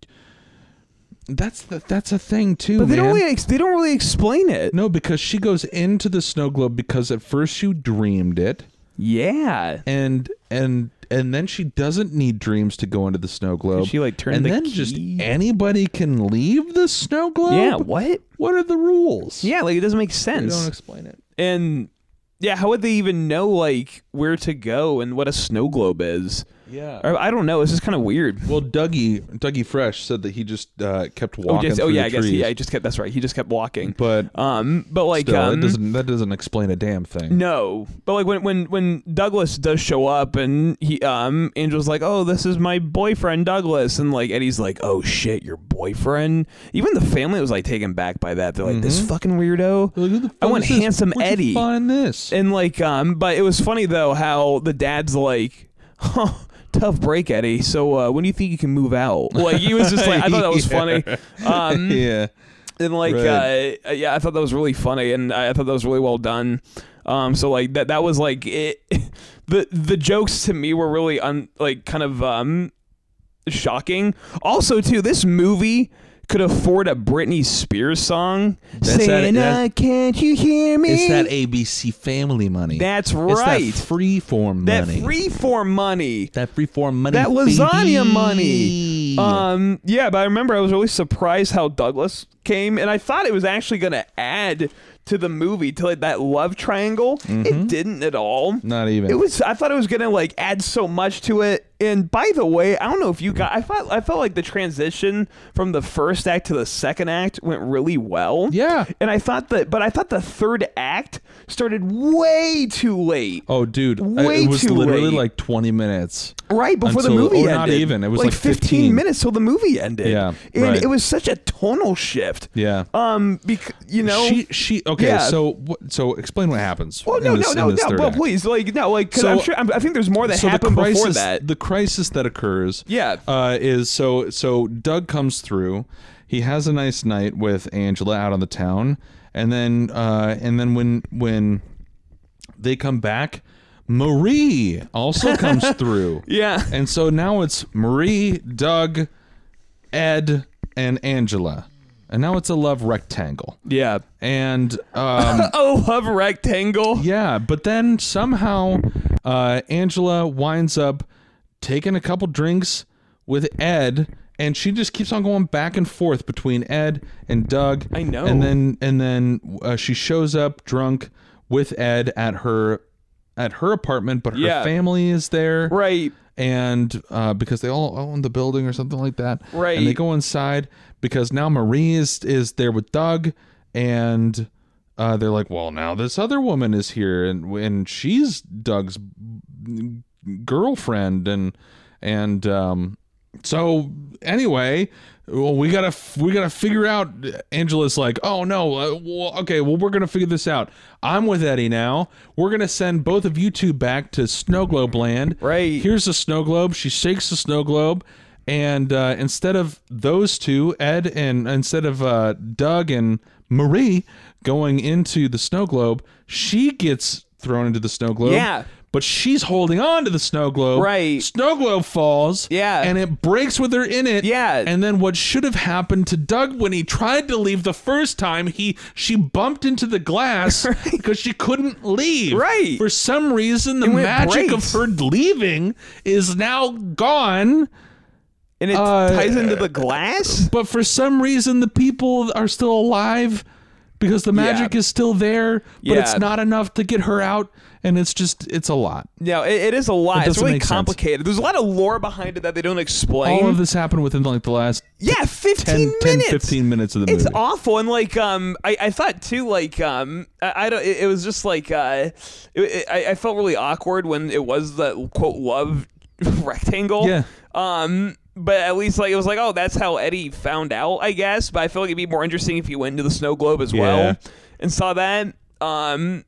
Speaker 1: That's the, that's a thing too.
Speaker 2: But they
Speaker 1: man.
Speaker 2: don't really ex- they don't really explain it.
Speaker 1: No, because she goes into the snow globe because at first she dreamed it,
Speaker 2: Yeah.
Speaker 1: and and and then she doesn't need dreams to go into the snow globe.
Speaker 2: she, like, turn
Speaker 1: and
Speaker 2: the
Speaker 1: then just
Speaker 2: key?
Speaker 1: anybody can leave the snow globe.
Speaker 2: Yeah, what?
Speaker 1: What are the rules?
Speaker 2: Yeah, like it doesn't make
Speaker 1: they
Speaker 2: sense.
Speaker 1: don't explain it.
Speaker 2: and yeah, how would they even know like where to go and what a snow globe is?
Speaker 1: Yeah.
Speaker 2: Or, I don't know. It's just kind of weird.
Speaker 1: Well, Dougie Dougie Fresh said that he just uh, kept
Speaker 2: Oh,
Speaker 1: walking.
Speaker 2: just, oh
Speaker 1: through
Speaker 2: yeah, I
Speaker 1: the
Speaker 2: guess
Speaker 1: trees,
Speaker 2: he, yeah, he just kept. That's right. He just kept walking.
Speaker 1: but
Speaker 2: um, but like
Speaker 1: still,
Speaker 2: um,
Speaker 1: it doesn't that doesn't explain a damn thing.
Speaker 2: No, but like when when when Douglas does show up and he um Angel's like, "Oh, this is my boyfriend Douglas," and like Eddie's like, "Oh shit, your boyfriend." Even the family was like taken back by that. They're like, "This fucking weirdo."
Speaker 1: Like, who the fuck
Speaker 2: I want
Speaker 1: is this?
Speaker 2: handsome
Speaker 1: Where'd you
Speaker 2: Eddie.
Speaker 1: find this?
Speaker 2: And like um, but it was funny though how the dad's like, "Huh." Tough break, Eddie. So uh, when do you think you can move out? Like he was just like, I thought that was funny. Um,
Speaker 1: yeah.
Speaker 2: and like
Speaker 1: Right.
Speaker 2: uh, yeah i thought that was really funny and i I thought that was really well done um so like that that was like it the the jokes to me were really un like kind of um shocking also too this movie could afford a Britney Spears song
Speaker 1: That's that-
Speaker 2: saying,
Speaker 1: that's-
Speaker 2: "Uh, "Can't you hear me?"
Speaker 1: It's that ABC Family money.
Speaker 2: That's
Speaker 1: It's that
Speaker 2: right.
Speaker 1: freeform
Speaker 2: that
Speaker 1: money.
Speaker 2: freeform money.
Speaker 1: that freeform money.
Speaker 2: That lasagna
Speaker 1: baby.
Speaker 2: money. Um, yeah, but I remember I was really surprised how Douglas came, and I thought it was actually going to add to the movie to like, that love triangle. It didn't at all.
Speaker 1: Not even.
Speaker 2: It was. I thought it was going to like add so much to it. And by the way, I don't know if you got. I felt. I felt like the transition from the first act to the second act went really well.
Speaker 1: Yeah.
Speaker 2: And I thought that, but I thought the third act started way too late.
Speaker 1: Oh, dude,
Speaker 2: Way
Speaker 1: it was
Speaker 2: too
Speaker 1: literally
Speaker 2: late.
Speaker 1: like 20 minutes.
Speaker 2: Right before the
Speaker 1: Until-
Speaker 2: movie
Speaker 1: or
Speaker 2: ended.
Speaker 1: not even. It was like 15.
Speaker 2: minutes till the movie ended.
Speaker 1: Yeah,
Speaker 2: and
Speaker 1: right.
Speaker 2: it was such a tonal shift.
Speaker 1: Yeah.
Speaker 2: Um, because you know,
Speaker 1: she she okay.
Speaker 2: Yeah.
Speaker 1: So what- so explain what happens.
Speaker 2: well, no,
Speaker 1: in this,
Speaker 2: no, no,
Speaker 1: in this
Speaker 2: no.
Speaker 1: third
Speaker 2: Well,
Speaker 1: act.
Speaker 2: please, like, no, like, because
Speaker 1: So-
Speaker 2: I'm sure I'm, I think there's more that
Speaker 1: so the
Speaker 2: happened
Speaker 1: crisis,
Speaker 2: before that.
Speaker 1: the crisis that occurs,
Speaker 2: Yeah.
Speaker 1: uh, is so so. Doug comes through. He has a nice night with Angela out on the town, and then uh, and then when when they come back, Marie also comes through.
Speaker 2: Yeah.
Speaker 1: and so now it's Marie, Doug, Ed, and Angela, and now it's a love rectangle.
Speaker 2: Yeah.
Speaker 1: And um,
Speaker 2: Oh, love rectangle.
Speaker 1: Yeah, but then somehow uh, Angela winds up taking a couple drinks with Ed, and she just keeps on going back and forth between Ed and Doug.
Speaker 2: I know.
Speaker 1: And then and then uh, she shows up drunk with Ed at her at her apartment, but her
Speaker 2: Yeah.
Speaker 1: family is there,
Speaker 2: Right.
Speaker 1: and uh, because they all own the building or something like that.
Speaker 2: Right.
Speaker 1: And they go inside because now Marie is is there with Doug, and uh, they're like, well, now this other woman is here, and and she's Doug's girlfriend, and and um, so anyway. Well, we gotta f- we gotta figure out. Angela's like, oh no, uh, well, okay, well we're gonna figure this out. I'm with Eddie now. We're gonna send both of you two back to Snow Globe Land.
Speaker 2: Right.
Speaker 1: Here's the snow globe. She shakes the snow globe, and uh, instead of those two, Ed and instead of uh, Doug and Marie going into the snow globe, she gets thrown into the snow globe.
Speaker 2: Yeah.
Speaker 1: But she's holding on to the snow globe.
Speaker 2: Right.
Speaker 1: Snow globe falls.
Speaker 2: Yeah.
Speaker 1: And it breaks with her in it.
Speaker 2: Yeah.
Speaker 1: And then what should have happened to Doug when he tried to leave the first time, he she bumped into the glass because she couldn't leave.
Speaker 2: Right.
Speaker 1: For some reason, the
Speaker 2: went
Speaker 1: magic
Speaker 2: breaks.
Speaker 1: of her leaving is now gone.
Speaker 2: And it
Speaker 1: Uh,
Speaker 2: ties into the glass.
Speaker 1: But for some reason, the people are still alive because the magic is still there, but it's
Speaker 2: Yeah.
Speaker 1: not enough to get her out. And it's just, it's a lot.
Speaker 2: No, it, it is a lot. It's
Speaker 1: doesn't
Speaker 2: really
Speaker 1: make sense.
Speaker 2: complicated. There's a lot of lore behind it that they don't explain.
Speaker 1: All of this happened within like the last
Speaker 2: yeah,
Speaker 1: 10,
Speaker 2: 15
Speaker 1: 10
Speaker 2: minutes.
Speaker 1: 15 minutes of the
Speaker 2: it's
Speaker 1: movie.
Speaker 2: awful and like um I, I thought too like um I, I don't it, it was just like uh it, it, I, I felt really awkward when it was the quote love rectangle
Speaker 1: Yeah.
Speaker 2: um but at least like it was like oh that's how Eddie found out I guess but I feel like it'd be more interesting if he went into the snow globe as
Speaker 1: Yeah.
Speaker 2: well and saw that um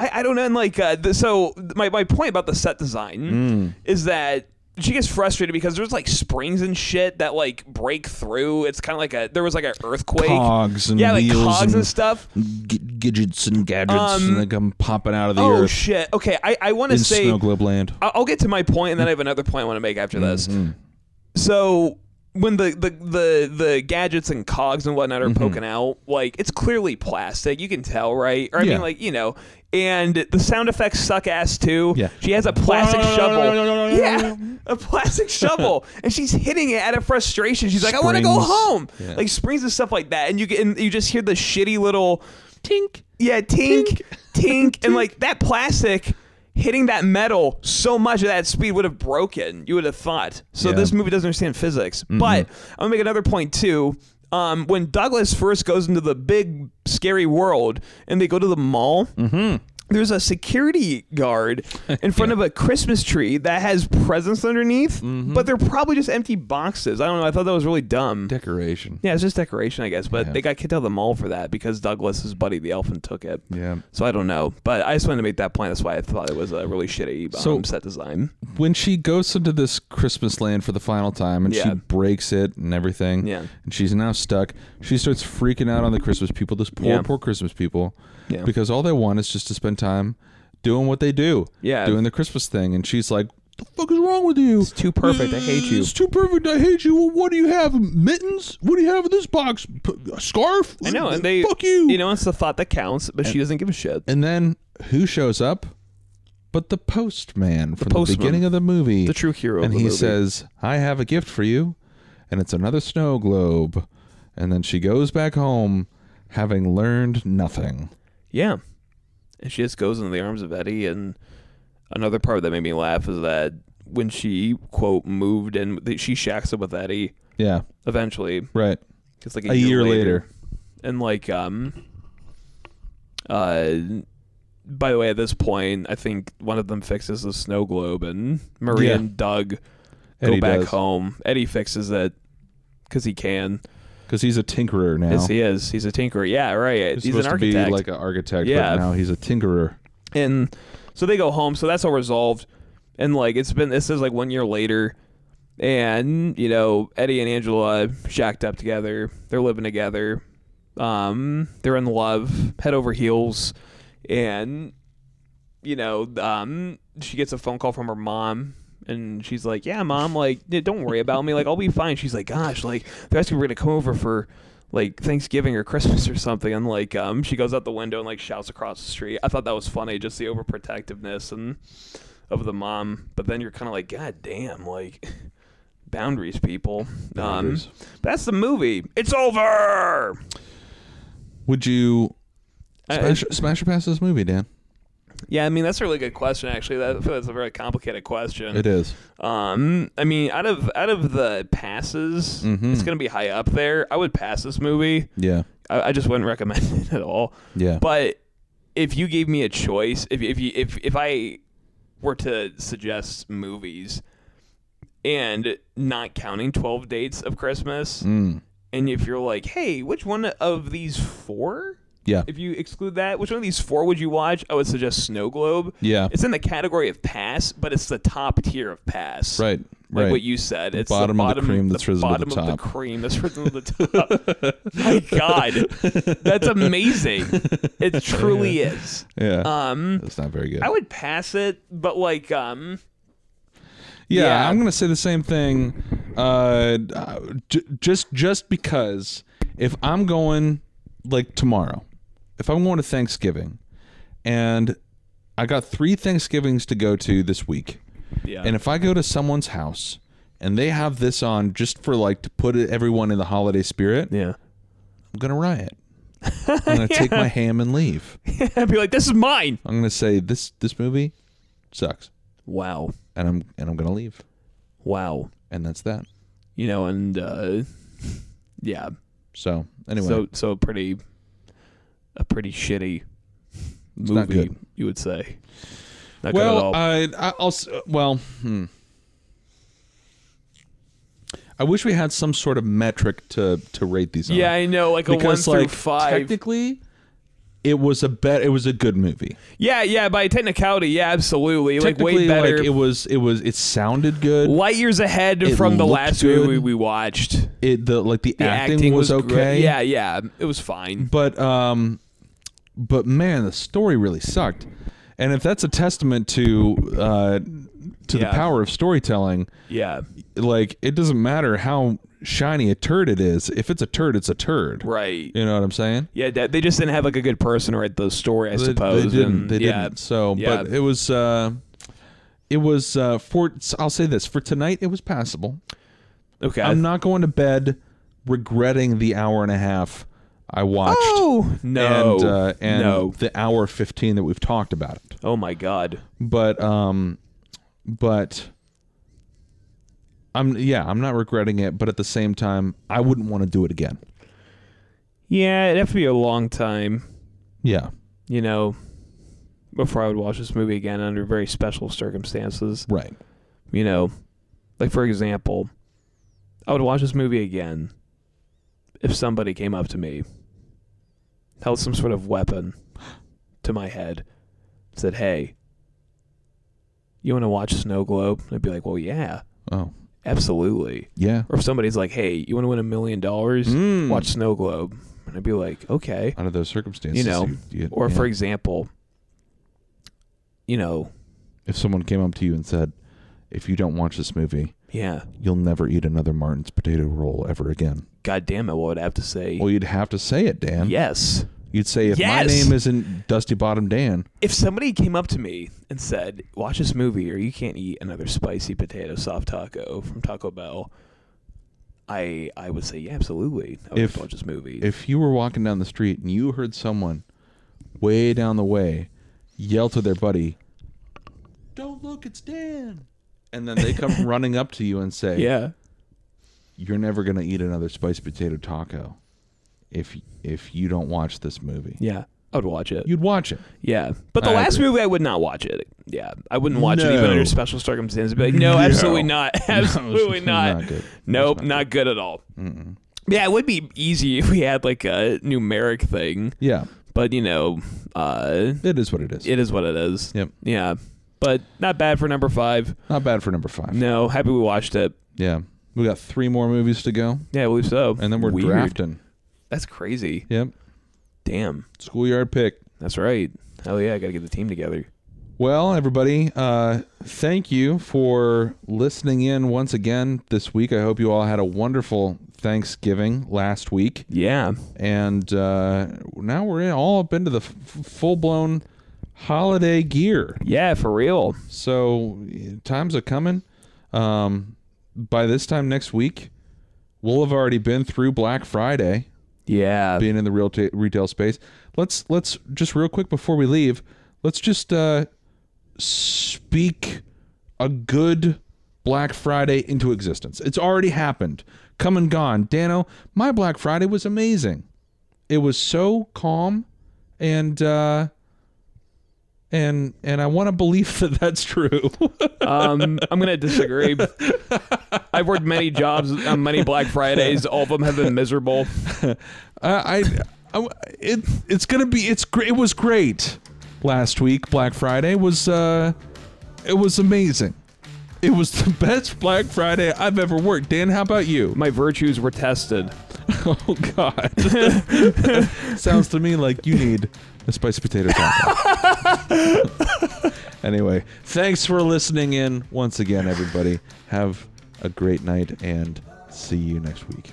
Speaker 2: I, I don't know. And like, uh, the, so my, my point about the set design
Speaker 1: Mm.
Speaker 2: is that she gets frustrated because there's like springs and shit that like break through. It's kind of like a there was like an earthquake.
Speaker 1: Cogs and
Speaker 2: yeah, like
Speaker 1: wheels
Speaker 2: cogs and,
Speaker 1: and-
Speaker 2: stuff.
Speaker 1: G- gadgets and gadgets
Speaker 2: Um,
Speaker 1: and they come popping out of the
Speaker 2: Oh
Speaker 1: earth
Speaker 2: shit. Okay, I, I want
Speaker 1: in
Speaker 2: to say
Speaker 1: snow globe land.
Speaker 2: I- I'll get to my point, and then I have another point I want to make after this.
Speaker 1: Mm-hmm.
Speaker 2: So when the, the the the gadgets and cogs and whatnot
Speaker 1: Mm-hmm.
Speaker 2: are poking out, like it's clearly plastic. You can tell, right? Or I
Speaker 1: Yeah.
Speaker 2: mean, like you know. And the sound effects suck ass too.
Speaker 1: Yeah.
Speaker 2: She has a plastic shovel.
Speaker 1: Yeah.
Speaker 2: Yeah, a plastic shovel, and she's hitting it out of frustration. She's like, "I want to go
Speaker 1: Springs.
Speaker 2: home."
Speaker 1: Yeah.
Speaker 2: Like springs and stuff like that, and you get and you just hear the shitty little
Speaker 1: Tink.
Speaker 2: yeah, tink, tink, and like that plastic hitting that metal so much at that speed would have broken. You would have thought. So
Speaker 1: Yeah.
Speaker 2: this movie doesn't understand physics. But I'm gonna make another point too. Um, when Douglas first goes into the big scary world and they go to the mall, there's a security guard in front of a Christmas tree that has presents underneath, but they're probably just empty boxes. I don't know. I thought that was really dumb.
Speaker 1: Decoration.
Speaker 2: Yeah, it's just decoration, I guess. But
Speaker 1: Yeah.
Speaker 2: they got kicked out of the mall for that because Douglas's buddy the elephant took it.
Speaker 1: Yeah.
Speaker 2: So I don't know, but I just wanted to make that point. That's why I thought it was a really shitty um,
Speaker 1: So-
Speaker 2: set design.
Speaker 1: When she goes into this Christmas land for the final time and she
Speaker 2: Yeah.
Speaker 1: breaks it and everything,
Speaker 2: Yeah.
Speaker 1: and she's now stuck, she starts freaking out on the Christmas people, those poor,
Speaker 2: Yeah.
Speaker 1: poor Christmas people,
Speaker 2: Yeah.
Speaker 1: because all they want is just to spend time doing what they do,
Speaker 2: Yeah.
Speaker 1: doing the Christmas thing. And she's like, the fuck is wrong with you? It's
Speaker 2: too perfect. I hate you."
Speaker 1: It's too perfect. I hate you. Well, what do you have? Mittens? What do you have in this box? P- a scarf?
Speaker 2: I know, and they
Speaker 1: fuck you.
Speaker 2: You know, it's the thought that counts, but she doesn't give a shit.
Speaker 1: And then who shows up? But the postman from the
Speaker 2: postman.
Speaker 1: beginning of the movie.
Speaker 2: The true hero.
Speaker 1: and
Speaker 2: of the
Speaker 1: he
Speaker 2: movie.
Speaker 1: says, "I have a gift for you, and it's another snow globe." And then she goes back home, having learned nothing.
Speaker 2: Yeah. And she just goes into the arms of Eddie. And another part that made me laugh is that when she, quote, moved and th- she shacks up with Eddie
Speaker 1: Yeah,
Speaker 2: eventually.
Speaker 1: right.
Speaker 2: It's like a,
Speaker 1: A, year, later.
Speaker 2: And like, um, uh, by the way, at this point, I think one of them fixes the snow globe and Maria
Speaker 1: Yeah.
Speaker 2: and Doug go
Speaker 1: Eddie
Speaker 2: back
Speaker 1: does.
Speaker 2: home. Eddie fixes it because he can.
Speaker 1: because he's a tinkerer now.
Speaker 2: Yes, he is. He's a tinkerer. Yeah, right.
Speaker 1: He's
Speaker 2: He's
Speaker 1: supposed
Speaker 2: an architect.
Speaker 1: to be like an architect,
Speaker 2: Yeah.
Speaker 1: but now he's a tinkerer.
Speaker 2: And so they go home. So that's all resolved. And like it's been this is like one year later, and you know Eddie and Angela shacked up together. They're living together. Um, they're in love, head over heels, and you know um she gets a phone call from her mom. And she's like, "Yeah, mom, like, yeah, don't worry about me. Like, I'll be fine." She's like, "Gosh, like, they're asking if we're gonna come over for, like, Thanksgiving or Christmas or something." And like, um, she goes out the window and like shouts across the street. I thought that was funny, just the overprotectiveness and of the mom. But then you're kind of like, "God damn, like, boundaries, people." Um,
Speaker 1: Boundaries.
Speaker 2: that's the movie. It's over.
Speaker 1: Would you
Speaker 2: I-
Speaker 1: smash, smash or pass this movie, Dan?
Speaker 2: Yeah, I mean that's a really good question. Actually, that, I feel that's a very complicated question.
Speaker 1: It is.
Speaker 2: Um, I mean, out of out of the passes,
Speaker 1: Mm-hmm.
Speaker 2: it's gonna be high up there. I would pass this movie.
Speaker 1: Yeah,
Speaker 2: I, I just wouldn't recommend it at all.
Speaker 1: yeah.
Speaker 2: But if you gave me a choice, if if you, if if I were to suggest movies, and not counting Twelve Dates of Christmas,
Speaker 1: Mm.
Speaker 2: and if you're like, hey, which one of these four?
Speaker 1: Yeah.
Speaker 2: If you exclude that, which one of these four would you watch? I would suggest Snow Globe.
Speaker 1: Yeah.
Speaker 2: It's in the category of pass, but it's the top tier of pass.
Speaker 1: right,
Speaker 2: Like
Speaker 1: right.
Speaker 2: what you said. It's
Speaker 1: bottom
Speaker 2: the
Speaker 1: of the
Speaker 2: bottom
Speaker 1: cream that's risen to the
Speaker 2: bottom of the
Speaker 1: top.
Speaker 2: cream that's risen to the top. My God. That's amazing. It truly is.
Speaker 1: yeah,
Speaker 2: Um
Speaker 1: that's not very good.
Speaker 2: I would pass it, but like um
Speaker 1: Yeah,
Speaker 2: Yeah.
Speaker 1: I'm gonna say the same thing. Uh, j- just just because if I'm going like tomorrow, if I'm going to Thanksgiving, and I got three Thanksgivings to go to this week,
Speaker 2: Yeah.
Speaker 1: and if I go to someone's house and they have this on just for like to put it- everyone in the holiday spirit,
Speaker 2: yeah.
Speaker 1: I'm gonna riot. I'm gonna take my ham and leave.
Speaker 2: I'd be like, this is mine.
Speaker 1: I'm gonna say this this movie sucks,
Speaker 2: Wow.
Speaker 1: and I'm and I'm gonna leave,
Speaker 2: Wow.
Speaker 1: and that's that.
Speaker 2: You know, and uh yeah.
Speaker 1: So anyway,
Speaker 2: So so pretty a pretty shitty movie,
Speaker 1: not good.
Speaker 2: you would say. Not good at all.
Speaker 1: Well, uh, I, I also well, hmm. I wish we had some sort of metric to to rate these. on.
Speaker 2: Yeah, I know, like a one
Speaker 1: because
Speaker 2: through
Speaker 1: like
Speaker 2: five.
Speaker 1: technically, it was a bet. It was a good movie.
Speaker 2: yeah, yeah, by technicality, yeah, absolutely. Like way
Speaker 1: Technically,
Speaker 2: better.
Speaker 1: Like it was. It was. It sounded good.
Speaker 2: Light years ahead
Speaker 1: It
Speaker 2: from the
Speaker 1: looked
Speaker 2: last
Speaker 1: good.
Speaker 2: movie we watched.
Speaker 1: It the like the,
Speaker 2: The
Speaker 1: acting,
Speaker 2: acting,
Speaker 1: was,
Speaker 2: was
Speaker 1: okay.
Speaker 2: gre- Yeah, yeah, it was fine.
Speaker 1: but um, but man, the story really sucked. And if that's a testament to uh, to the
Speaker 2: Yeah.
Speaker 1: power of storytelling,
Speaker 2: Yeah,
Speaker 1: like it doesn't matter how shiny a turd it is. If it's a turd, it's a turd.
Speaker 2: right.
Speaker 1: You know what I'm saying?
Speaker 2: Yeah, that- they just didn't have like a good person to write the story, I
Speaker 1: They-
Speaker 2: suppose.
Speaker 1: They, didn't.
Speaker 2: and-
Speaker 1: They
Speaker 2: yeah.
Speaker 1: didn't. So,
Speaker 2: Yeah.
Speaker 1: but it was. Uh, it was uh, for. I'll say this for tonight. It was passable.
Speaker 2: Okay.
Speaker 1: I'm not going to bed regretting the hour and a half I watched.
Speaker 2: oh no,
Speaker 1: And, uh, and
Speaker 2: no.
Speaker 1: the hour 15 that we've talked about it.
Speaker 2: Oh my god.
Speaker 1: but um but i'm yeah i'm not regretting it but at the same time i wouldn't want to do it again
Speaker 2: Yeah, it'd have to be a long time.
Speaker 1: yeah
Speaker 2: you know, before I would watch this movie again under very special circumstances.
Speaker 1: right
Speaker 2: You know, like for example, I would watch this movie again if somebody came up to me, held some sort of weapon to my head, said, Hey, you want to watch Snow Globe? And I'd be like, Well, yeah,
Speaker 1: oh
Speaker 2: absolutely.
Speaker 1: yeah
Speaker 2: Or if somebody's like, Hey, you want to win a million dollars?
Speaker 1: Mm.
Speaker 2: Watch Snow Globe. And I'd be like, Okay
Speaker 1: under those circumstances
Speaker 2: You know,
Speaker 1: you-
Speaker 2: or
Speaker 1: yeah.
Speaker 2: for example, you know,
Speaker 1: if someone came up to you and said if you don't watch this movie,
Speaker 2: Yeah.
Speaker 1: you'll never eat another Martin's potato roll ever again.
Speaker 2: God damn it, what would I have to say?
Speaker 1: Well, you'd have to say it, Dan.
Speaker 2: yes.
Speaker 1: You'd say if my
Speaker 2: Yes!
Speaker 1: name isn't Dusty Bottom Dan,
Speaker 2: If somebody came up to me and said, "Watch this movie, or you can't eat another spicy potato soft taco from Taco Bell," I I would say, "Yeah, absolutely. I would
Speaker 1: If-
Speaker 2: have to watch this movie."
Speaker 1: if you were walking down the street and you heard someone way down the way yell to their buddy, "Don't look, it's Dan." And then they come running up to you and say,
Speaker 2: yeah.
Speaker 1: "You're never going to eat another spicy potato taco if if you don't watch this movie."
Speaker 2: Yeah. I would watch it.
Speaker 1: You'd watch it.
Speaker 2: Yeah. But the
Speaker 1: I
Speaker 2: last
Speaker 1: agree.
Speaker 2: movie I would not watch it. Yeah. I wouldn't watch it
Speaker 1: No.
Speaker 2: even under special circumstances. Be like, no, absolutely not. Absolutely
Speaker 1: it's
Speaker 2: not.
Speaker 1: not good.
Speaker 2: Nope,
Speaker 1: It's
Speaker 2: not, good. at all. Yeah, it would be easy if we had like a numeric thing.
Speaker 1: Yeah,
Speaker 2: But you know, uh
Speaker 1: it is what it is.
Speaker 2: it is what it is.
Speaker 1: Yep.
Speaker 2: Yeah. But not bad for number five.
Speaker 1: Not bad for number five.
Speaker 2: No, happy we watched it.
Speaker 1: Yeah, we got three more movies to go,
Speaker 2: Yeah, I believe so.
Speaker 1: and then we're
Speaker 2: Weird.
Speaker 1: drafting.
Speaker 2: That's crazy.
Speaker 1: Yep,
Speaker 2: Damn.
Speaker 1: schoolyard pick.
Speaker 2: That's right. Hell yeah, I gotta get the team together.
Speaker 1: Well, everybody, uh, thank you for listening in once again this week. I hope you all had a wonderful Thanksgiving last week,
Speaker 2: Yeah.
Speaker 1: and uh, now we're in, all up into the f- full blown holiday gear.
Speaker 2: Yeah, for real.
Speaker 1: So eh, times are coming. Um, by this time next week, we'll have already been through Black Friday,
Speaker 2: Yeah.
Speaker 1: being in the real ta retail space. Let's let's just real quick before we leave, let's just uh, speak a good Black Friday into existence. It's already happened, come and gone. Dano, my Black Friday was amazing. It was so calm, and uh, and and I want to believe that that's true.
Speaker 2: Um, I'm gonna disagree. I've worked many jobs on many Black Fridays. All of them have been miserable.
Speaker 1: I, I, I- it, it's gonna be. It's great. It was great. Last week, Black Friday was, uh, it was amazing. It was the best Black Friday I've ever worked. Dan, how about you?
Speaker 2: My virtues were tested.
Speaker 1: Oh God, sounds to me like you need a spicy potato taco. anyway, thanks for listening in once again, everybody. Have a great night and see you next week.